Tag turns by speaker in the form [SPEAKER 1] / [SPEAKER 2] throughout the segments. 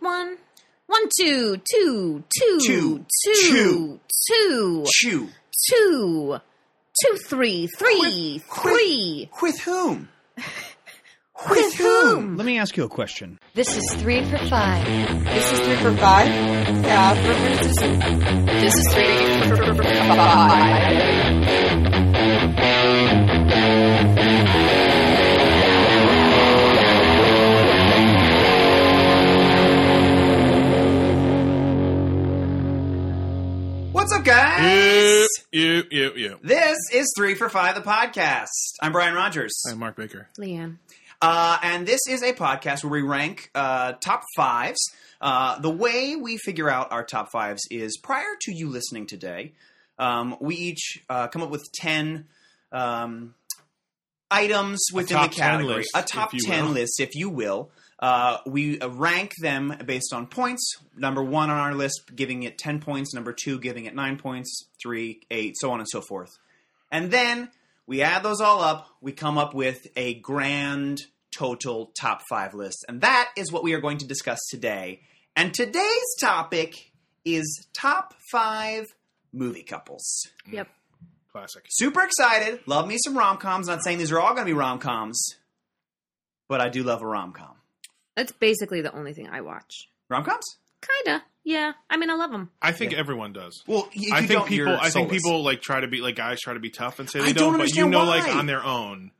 [SPEAKER 1] One, one, two, two, two,
[SPEAKER 2] Two.
[SPEAKER 1] two,
[SPEAKER 2] Two.
[SPEAKER 1] two,
[SPEAKER 2] Chew.
[SPEAKER 1] two, two, three, three, three.
[SPEAKER 2] With whom?
[SPEAKER 1] With whom?
[SPEAKER 3] Let me ask you a question.
[SPEAKER 4] This is three for five.
[SPEAKER 5] This is three for five. Yeah. This is, this is three for five.
[SPEAKER 2] What's up, guys?
[SPEAKER 6] Ew, ew, ew, ew.
[SPEAKER 2] This is Three for Five, the podcast. I'm Brian Rogers.
[SPEAKER 6] I'm Mark Baker.
[SPEAKER 1] Leanne.
[SPEAKER 2] Uh, and this is a podcast where we rank uh, top fives. Uh, the way we figure out our top fives is prior to you listening today, um, we each uh, come up with 10 um, items within the
[SPEAKER 6] top 10
[SPEAKER 2] category,
[SPEAKER 6] list,
[SPEAKER 2] a top
[SPEAKER 6] if you
[SPEAKER 2] 10
[SPEAKER 6] will.
[SPEAKER 2] list, if you will. Uh, we uh, rank them based on points. Number one on our list, giving it 10 points. Number two, giving it 9 points. Three, eight, so on and so forth. And then we add those all up, we come up with a grand total top five list. And that is what we are going to discuss today. And today's topic is top five movie couples.
[SPEAKER 1] Yep.
[SPEAKER 6] Classic.
[SPEAKER 2] Super excited. Love me some rom coms. Not saying these are all going to be rom coms, but I do love a rom com.
[SPEAKER 1] That's basically the only thing I watch.
[SPEAKER 2] Rom coms?
[SPEAKER 1] Kinda. Yeah. I mean, I love them.
[SPEAKER 6] I think everyone does.
[SPEAKER 2] Well, y- if
[SPEAKER 6] I
[SPEAKER 2] you
[SPEAKER 6] think
[SPEAKER 2] don't,
[SPEAKER 6] people.
[SPEAKER 2] you're
[SPEAKER 6] I think
[SPEAKER 2] soulless.
[SPEAKER 6] people like try to be like guys try to be tough and say
[SPEAKER 2] I
[SPEAKER 6] they
[SPEAKER 2] don't
[SPEAKER 6] don't, but you
[SPEAKER 2] understand
[SPEAKER 6] know,
[SPEAKER 2] why.
[SPEAKER 6] like on their own,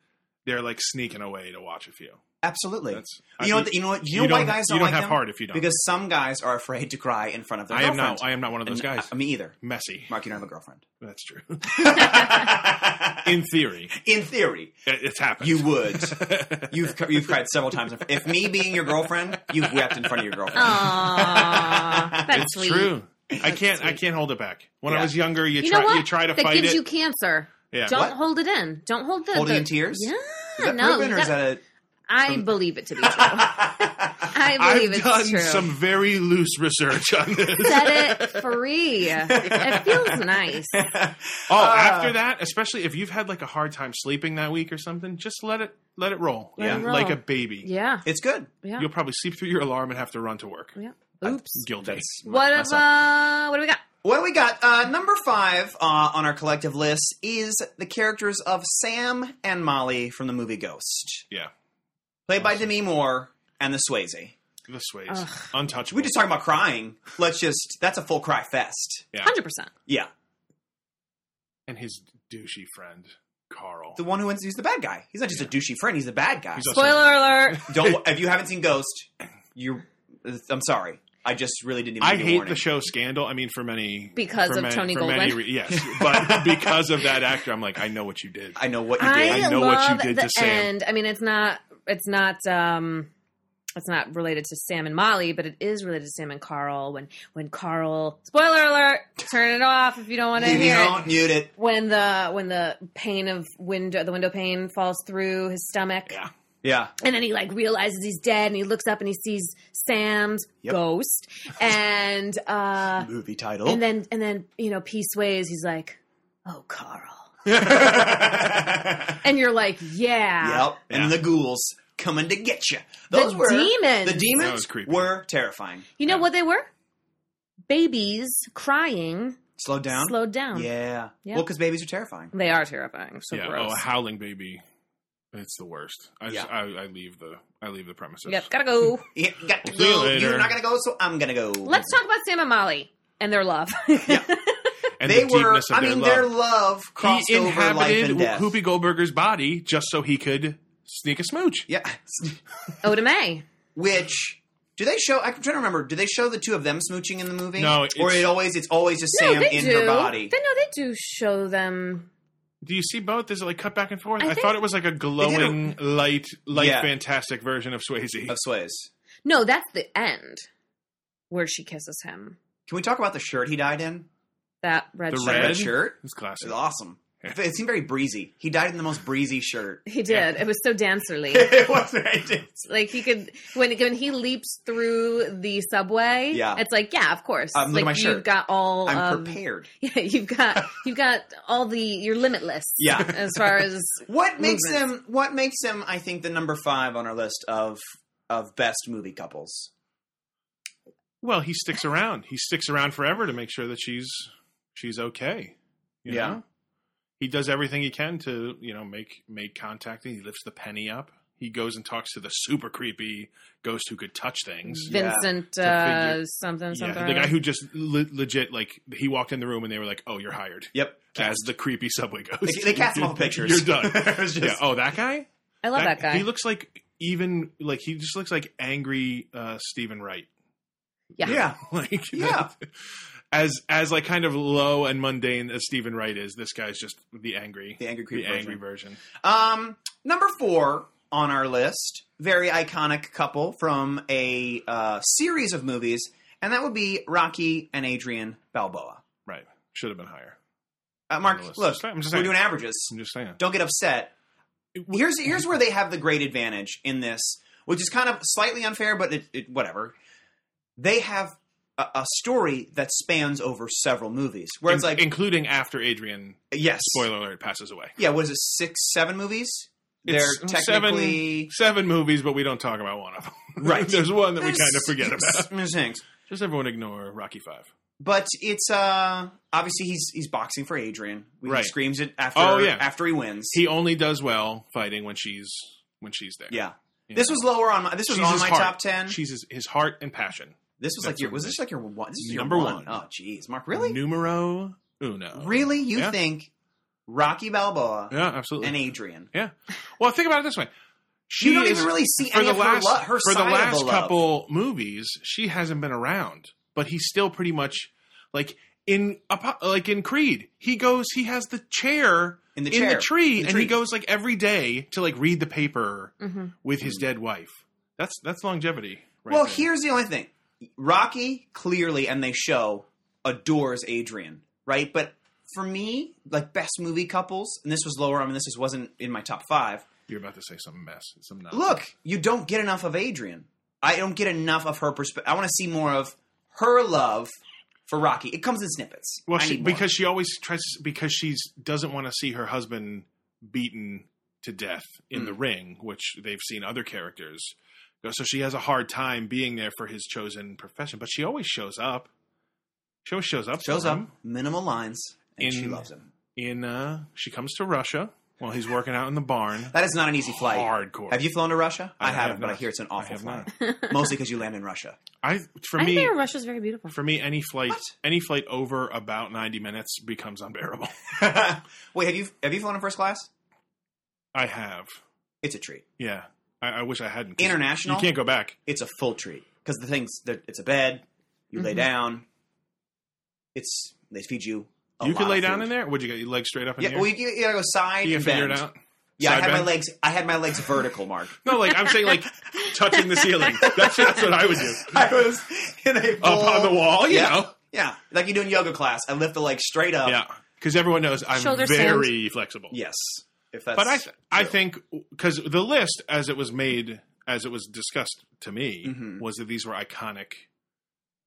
[SPEAKER 6] they're like sneaking away to watch a few.
[SPEAKER 2] absolutely.
[SPEAKER 6] That's-
[SPEAKER 2] you
[SPEAKER 6] I-
[SPEAKER 2] know what? You know what? You,
[SPEAKER 6] you
[SPEAKER 2] know why
[SPEAKER 6] don't-
[SPEAKER 2] guys
[SPEAKER 6] you
[SPEAKER 2] don't,
[SPEAKER 6] don't
[SPEAKER 2] like
[SPEAKER 6] have
[SPEAKER 2] them?
[SPEAKER 6] heart if you don't.
[SPEAKER 2] Because some guys are afraid to cry in front of their
[SPEAKER 6] I am
[SPEAKER 2] girlfriend.
[SPEAKER 6] not. I am not one of those guys.
[SPEAKER 2] I, me either.
[SPEAKER 6] I'm messy.
[SPEAKER 2] Mark, you don't have a girlfriend.
[SPEAKER 6] That's true. In theory,
[SPEAKER 2] in theory,
[SPEAKER 6] it, it's happened.
[SPEAKER 2] you would. You've cr- you've cried several times. in fr- If me being your girlfriend, you've wept in front of your girlfriend.
[SPEAKER 1] Aww, that's
[SPEAKER 6] it's
[SPEAKER 1] sweet.
[SPEAKER 6] true. I can't. I can't hold it back. When
[SPEAKER 2] Yeah.
[SPEAKER 6] I was younger, you,
[SPEAKER 1] You know
[SPEAKER 6] try.
[SPEAKER 1] what?
[SPEAKER 6] You try to
[SPEAKER 1] that
[SPEAKER 6] fight
[SPEAKER 1] gives
[SPEAKER 6] it.
[SPEAKER 1] you cancer.
[SPEAKER 6] yeah.
[SPEAKER 1] Don't
[SPEAKER 2] What?
[SPEAKER 1] hold it in. Don't hold the
[SPEAKER 2] Hold it
[SPEAKER 1] the-
[SPEAKER 2] in tears?
[SPEAKER 1] Yeah.
[SPEAKER 2] Is that
[SPEAKER 1] no,
[SPEAKER 2] proven or is
[SPEAKER 1] that-
[SPEAKER 2] that
[SPEAKER 1] I believe it to be true. I believe
[SPEAKER 6] I've
[SPEAKER 1] it's
[SPEAKER 6] done
[SPEAKER 1] true.
[SPEAKER 6] some very loose research on this.
[SPEAKER 1] Set it free. it feels nice.
[SPEAKER 6] Oh,
[SPEAKER 1] Uh,
[SPEAKER 6] after that, especially if you've had like a hard time sleeping that week or something, just let it let it roll.
[SPEAKER 1] Let
[SPEAKER 2] it
[SPEAKER 6] And
[SPEAKER 1] roll.
[SPEAKER 6] Like a baby.
[SPEAKER 1] Yeah.
[SPEAKER 2] a? It's good.
[SPEAKER 1] Yeah.
[SPEAKER 6] You'll probably sleep through your alarm and have to run to work.
[SPEAKER 1] yeah. Oops.
[SPEAKER 6] Guilty.
[SPEAKER 2] That's
[SPEAKER 1] What
[SPEAKER 2] myself.
[SPEAKER 1] if, uh, what do we got?
[SPEAKER 2] Well, we got uh, number five uh, on our collective list is the characters of Sam and Molly from the movie Ghost,
[SPEAKER 6] Yeah.
[SPEAKER 2] played by Demi Moore and the Swayze.
[SPEAKER 6] The sways.
[SPEAKER 1] Ugh.
[SPEAKER 6] Untouchable.
[SPEAKER 2] We just talking about crying. Let's just that's a full cry fest.
[SPEAKER 6] Yeah.
[SPEAKER 1] 100%.
[SPEAKER 2] Yeah,
[SPEAKER 6] and his douchey friend, Carl.
[SPEAKER 2] the one who wins, he's the bad guy. He's not just a douchey friend. He's a bad guy.
[SPEAKER 6] He's also-
[SPEAKER 1] Spoiler alert.
[SPEAKER 2] Don't if you haven't seen Ghost, you. I'm sorry. I just really didn't. even
[SPEAKER 6] I
[SPEAKER 2] give you a
[SPEAKER 6] hate
[SPEAKER 2] warning.
[SPEAKER 6] the show Scandal. I mean, for many
[SPEAKER 1] Because
[SPEAKER 6] for
[SPEAKER 1] of
[SPEAKER 6] many-
[SPEAKER 1] Tony
[SPEAKER 6] for many
[SPEAKER 1] Goldwyn.
[SPEAKER 6] re- yes, but because of that actor, I'm like, I know what you did.
[SPEAKER 2] I know what you did.
[SPEAKER 1] I,
[SPEAKER 6] I know
[SPEAKER 1] love
[SPEAKER 6] what you did
[SPEAKER 1] the
[SPEAKER 6] to Sam.
[SPEAKER 1] end. I mean, it's not. It's not. um it's not related to Sam and Molly, but it is related to Sam and Carl. When when Carl, spoiler alert, turn it off if you don't want to
[SPEAKER 2] If you
[SPEAKER 1] hear it.
[SPEAKER 2] don't mute it,
[SPEAKER 1] When the when the pane of window, the window pane falls through his stomach,
[SPEAKER 6] Yeah.
[SPEAKER 2] yeah,
[SPEAKER 1] and then he like realizes he's dead, and he looks up and he sees Sam's
[SPEAKER 2] Yep.
[SPEAKER 1] ghost, and uh,
[SPEAKER 2] movie title.
[SPEAKER 1] and then and then you know, P sways. He's like, "Oh, Carl," and you're like, "Yeah,
[SPEAKER 2] Yep. And
[SPEAKER 6] Yeah.
[SPEAKER 2] the ghouls coming to get you. Those
[SPEAKER 1] the
[SPEAKER 2] were
[SPEAKER 1] demons.
[SPEAKER 2] the
[SPEAKER 6] That
[SPEAKER 2] demons
[SPEAKER 6] was creepy.
[SPEAKER 2] were terrifying.
[SPEAKER 1] you know what they were? Babies crying,
[SPEAKER 2] Slow down.
[SPEAKER 1] slowed down.
[SPEAKER 2] Yeah.
[SPEAKER 1] Yeah.
[SPEAKER 2] Well, because babies are terrifying.
[SPEAKER 1] They are terrifying. So
[SPEAKER 6] yeah.
[SPEAKER 1] gross.
[SPEAKER 6] Oh, a howling baby. It's the worst. I, just,
[SPEAKER 2] Yeah.
[SPEAKER 6] I I leave the I leave the premises.
[SPEAKER 1] yep, gotta go.
[SPEAKER 2] Yeah, got to
[SPEAKER 6] See you
[SPEAKER 2] go.
[SPEAKER 6] later.
[SPEAKER 2] You're not gonna go, so I'm gonna go.
[SPEAKER 1] Let's talk about Sam and Molly and their love.
[SPEAKER 6] And
[SPEAKER 2] They
[SPEAKER 6] the
[SPEAKER 2] were.
[SPEAKER 6] deepness of
[SPEAKER 2] I
[SPEAKER 6] their
[SPEAKER 2] mean,
[SPEAKER 6] love.
[SPEAKER 2] their love crossed
[SPEAKER 6] he
[SPEAKER 2] over life
[SPEAKER 6] inhabited
[SPEAKER 2] and death.
[SPEAKER 6] Whoopi Goldberger's body just so he could sneak a smooch.
[SPEAKER 2] Yeah.
[SPEAKER 1] Oda May.
[SPEAKER 2] Which do they show? I'm trying to remember. Do they show the two of them smooching in the movie?
[SPEAKER 6] No,
[SPEAKER 2] Or
[SPEAKER 6] it's-
[SPEAKER 2] it always it's always just
[SPEAKER 1] No,
[SPEAKER 2] Sam
[SPEAKER 1] they
[SPEAKER 2] in
[SPEAKER 1] do.
[SPEAKER 2] her body.
[SPEAKER 1] They no, they do show them.
[SPEAKER 6] Do you see both? Is it like cut back and forth?
[SPEAKER 1] I
[SPEAKER 6] I,
[SPEAKER 1] think-
[SPEAKER 6] thought it was like a glowing light, light,
[SPEAKER 2] Yeah.
[SPEAKER 6] fantastic version of Swayze.
[SPEAKER 2] of Swayze.
[SPEAKER 1] No, that's the end where she kisses him.
[SPEAKER 2] Can we talk about the shirt he died in?
[SPEAKER 1] That red
[SPEAKER 6] The
[SPEAKER 1] shirt.
[SPEAKER 2] The red
[SPEAKER 6] Red?
[SPEAKER 2] shirt.
[SPEAKER 6] It's
[SPEAKER 2] It
[SPEAKER 6] classic.
[SPEAKER 2] was awesome. It seemed very breezy. He died in the most breezy shirt.
[SPEAKER 1] He did. It was so dancerly.
[SPEAKER 2] it was very
[SPEAKER 1] like he could when when he leaps through the subway.
[SPEAKER 2] Yeah.
[SPEAKER 1] it's like yeah, of course.
[SPEAKER 2] Um, look
[SPEAKER 1] like
[SPEAKER 2] at my shirt.
[SPEAKER 1] you've got all.
[SPEAKER 2] I'm
[SPEAKER 1] of-
[SPEAKER 2] prepared.
[SPEAKER 1] Yeah, you've got you've got all the you're limitless.
[SPEAKER 2] Yeah.
[SPEAKER 1] as far as
[SPEAKER 2] What makes
[SPEAKER 1] Movement.
[SPEAKER 2] them? What makes them? I think the number five on our list of of best movie couples.
[SPEAKER 6] Well, he sticks around. He sticks around forever to make sure that she's she's okay. you
[SPEAKER 2] Yeah.
[SPEAKER 6] know? He does everything he can to, you know, make make contact. He lifts the penny up. He goes and talks to the super creepy ghost who could touch things.
[SPEAKER 1] Vincent
[SPEAKER 6] To
[SPEAKER 1] uh,
[SPEAKER 6] figure-
[SPEAKER 1] something something.
[SPEAKER 6] Yeah, the guy who just le- legit like he walked in the room and they were like, "Oh, you're hired."
[SPEAKER 2] Yep.
[SPEAKER 6] As the creepy subway ghost,
[SPEAKER 2] They, they cast him off the pictures.
[SPEAKER 6] You're done.
[SPEAKER 2] It was just-
[SPEAKER 6] yeah. Oh, that guy.
[SPEAKER 1] I love that, guy.
[SPEAKER 6] He looks like even like he just looks like angry uh Stephen Wright.
[SPEAKER 1] yeah.
[SPEAKER 2] yeah.
[SPEAKER 6] Like
[SPEAKER 2] Yeah.
[SPEAKER 6] as as like kind of low and mundane as Stephen Wright is, this guy's just the angry
[SPEAKER 2] The angry
[SPEAKER 6] the
[SPEAKER 2] creepy.
[SPEAKER 6] angry
[SPEAKER 2] version.
[SPEAKER 6] version.
[SPEAKER 2] Um, number four on our list, very iconic couple from a uh, series of movies, and that would be Rocky and Adrian Balboa.
[SPEAKER 6] Right. Should have been higher.
[SPEAKER 2] Uh, Mark,
[SPEAKER 6] On the list.
[SPEAKER 2] look,
[SPEAKER 6] I'm just
[SPEAKER 2] we're
[SPEAKER 6] saying.
[SPEAKER 2] doing averages.
[SPEAKER 6] I'm just saying.
[SPEAKER 2] Don't get upset. Here's here's where they have the great advantage in this, which is kind of slightly unfair, but it, it, whatever. They have a, a story that spans over several movies, where it's
[SPEAKER 6] In-
[SPEAKER 2] like
[SPEAKER 6] including after Adrian
[SPEAKER 2] yes,
[SPEAKER 6] spoiler alert passes away.
[SPEAKER 2] yeah, what is it, six, seven movies?
[SPEAKER 6] It's
[SPEAKER 2] They're technically
[SPEAKER 6] Seven movies, but we don't talk about one of them.
[SPEAKER 2] Right.
[SPEAKER 6] There's one that we kind of forget about.
[SPEAKER 2] Thanks.
[SPEAKER 6] Just everyone ignore Rocky Five.
[SPEAKER 2] But it's uh obviously he's he's boxing for Adrian. He
[SPEAKER 6] Right.
[SPEAKER 2] screams it after
[SPEAKER 6] Oh, yeah.
[SPEAKER 2] after he wins.
[SPEAKER 6] He only does well fighting when she's when she's there.
[SPEAKER 2] yeah.
[SPEAKER 6] You
[SPEAKER 2] This
[SPEAKER 6] know?
[SPEAKER 2] was lower on my this was
[SPEAKER 6] She's
[SPEAKER 2] on
[SPEAKER 6] his
[SPEAKER 2] my
[SPEAKER 6] heart.
[SPEAKER 2] top ten.
[SPEAKER 6] She's his, his heart and passion.
[SPEAKER 2] this was like
[SPEAKER 6] that's
[SPEAKER 2] your
[SPEAKER 6] what
[SPEAKER 2] was
[SPEAKER 6] it
[SPEAKER 2] this
[SPEAKER 6] is.
[SPEAKER 2] like your one this is
[SPEAKER 6] Number
[SPEAKER 2] your one.
[SPEAKER 6] one.
[SPEAKER 2] Oh jeez, Mark. Really?
[SPEAKER 6] Numero uno.
[SPEAKER 2] Really? You
[SPEAKER 6] Yeah.
[SPEAKER 2] think Rocky Balboa
[SPEAKER 6] Yeah, absolutely.
[SPEAKER 2] and Adrian.
[SPEAKER 6] well, think about it this way: she
[SPEAKER 2] You don't
[SPEAKER 6] is,
[SPEAKER 2] even really see
[SPEAKER 6] for
[SPEAKER 2] any
[SPEAKER 6] the
[SPEAKER 2] of
[SPEAKER 6] last
[SPEAKER 2] her, lo- her
[SPEAKER 6] for the
[SPEAKER 2] side of
[SPEAKER 6] last
[SPEAKER 2] love.
[SPEAKER 6] couple movies. She hasn't been around, but he's still pretty much like in Apo- like in Creed. He goes. He has the chair
[SPEAKER 2] in the
[SPEAKER 6] in
[SPEAKER 2] chair.
[SPEAKER 6] the tree,
[SPEAKER 2] In the
[SPEAKER 6] and
[SPEAKER 2] tree. Mm-hmm.
[SPEAKER 6] he goes like every day to like read the paper
[SPEAKER 1] hmm
[SPEAKER 6] with his dead wife. That's that's longevity. Right
[SPEAKER 2] well,
[SPEAKER 6] there.
[SPEAKER 2] here's the only thing. Rocky clearly, and they show, adores Adrian, right? But for me, like best movie couples, and this was lower. I mean, this just wasn't in my top five.
[SPEAKER 6] you're about to say some mess, some nonsense.
[SPEAKER 2] Look, you don't get enough of Adrian. I don't get enough of her perspective. I want to see more of her love for Rocky. It comes in snippets.
[SPEAKER 6] Well,
[SPEAKER 2] I
[SPEAKER 6] she,
[SPEAKER 2] need more.
[SPEAKER 6] because she always tries because she's doesn't want to see her husband beaten to death in
[SPEAKER 2] Mm.
[SPEAKER 6] the ring, which they've seen other characters. go. So she has a hard time being there for his chosen profession, but she always shows up. She always shows up. for
[SPEAKER 2] shows up
[SPEAKER 6] him.
[SPEAKER 2] minimal lines, and
[SPEAKER 6] Mm-hmm. In-
[SPEAKER 2] she loves him.
[SPEAKER 6] in. Uh, she comes to Russia while he's working out in the barn.
[SPEAKER 2] That is not an easy flight.
[SPEAKER 6] Hardcore.
[SPEAKER 2] Have you flown to Russia? I,
[SPEAKER 6] I
[SPEAKER 2] haven't,
[SPEAKER 6] have
[SPEAKER 2] but I
[SPEAKER 6] not.
[SPEAKER 2] hear it's an
[SPEAKER 6] I
[SPEAKER 2] awful
[SPEAKER 6] have
[SPEAKER 2] flight.
[SPEAKER 6] not.
[SPEAKER 2] Mostly because you land in Russia.
[SPEAKER 6] I for
[SPEAKER 1] I
[SPEAKER 6] me.
[SPEAKER 1] think Russia's very beautiful.
[SPEAKER 6] For me, any flight,
[SPEAKER 2] What?
[SPEAKER 6] any flight over about ninety minutes becomes unbearable.
[SPEAKER 2] Wait, have you have you flown in first class?
[SPEAKER 6] I have,
[SPEAKER 2] It's a treat.
[SPEAKER 6] yeah. I, I wish I hadn't. 'cause
[SPEAKER 2] International?
[SPEAKER 6] You can't go back.
[SPEAKER 2] It's a full treat because the things that it's a bed, you lay
[SPEAKER 6] Mm-hmm.
[SPEAKER 1] Mhm.
[SPEAKER 2] down. It's they feed you. A
[SPEAKER 6] you could
[SPEAKER 2] lot
[SPEAKER 6] lay
[SPEAKER 2] of
[SPEAKER 6] down
[SPEAKER 2] food.
[SPEAKER 6] in there. Would you get your legs straight up in the
[SPEAKER 2] Yeah,
[SPEAKER 6] air?
[SPEAKER 2] well, you, you gotta go side.
[SPEAKER 6] you
[SPEAKER 2] and
[SPEAKER 6] figure it
[SPEAKER 2] bend.
[SPEAKER 6] out.
[SPEAKER 2] Yeah, I
[SPEAKER 6] Side
[SPEAKER 2] had my
[SPEAKER 6] bend?
[SPEAKER 2] legs. I had my legs vertical, Mark.
[SPEAKER 6] No, like I'm saying, like touching the ceiling. That's that's what I would do.
[SPEAKER 2] I was in a
[SPEAKER 6] Up
[SPEAKER 2] full-
[SPEAKER 6] on the wall, you
[SPEAKER 2] yeah,
[SPEAKER 6] know.
[SPEAKER 2] Yeah, like you do in yoga class. I lift the leg straight up.
[SPEAKER 6] Yeah, because everyone knows I'm
[SPEAKER 1] Shoulder
[SPEAKER 6] very flexible.
[SPEAKER 2] Yes. If that's
[SPEAKER 6] but I th- I
[SPEAKER 2] true.
[SPEAKER 6] think because the list as it was made, as it was discussed to me,
[SPEAKER 2] Mhm.
[SPEAKER 6] was that these were iconic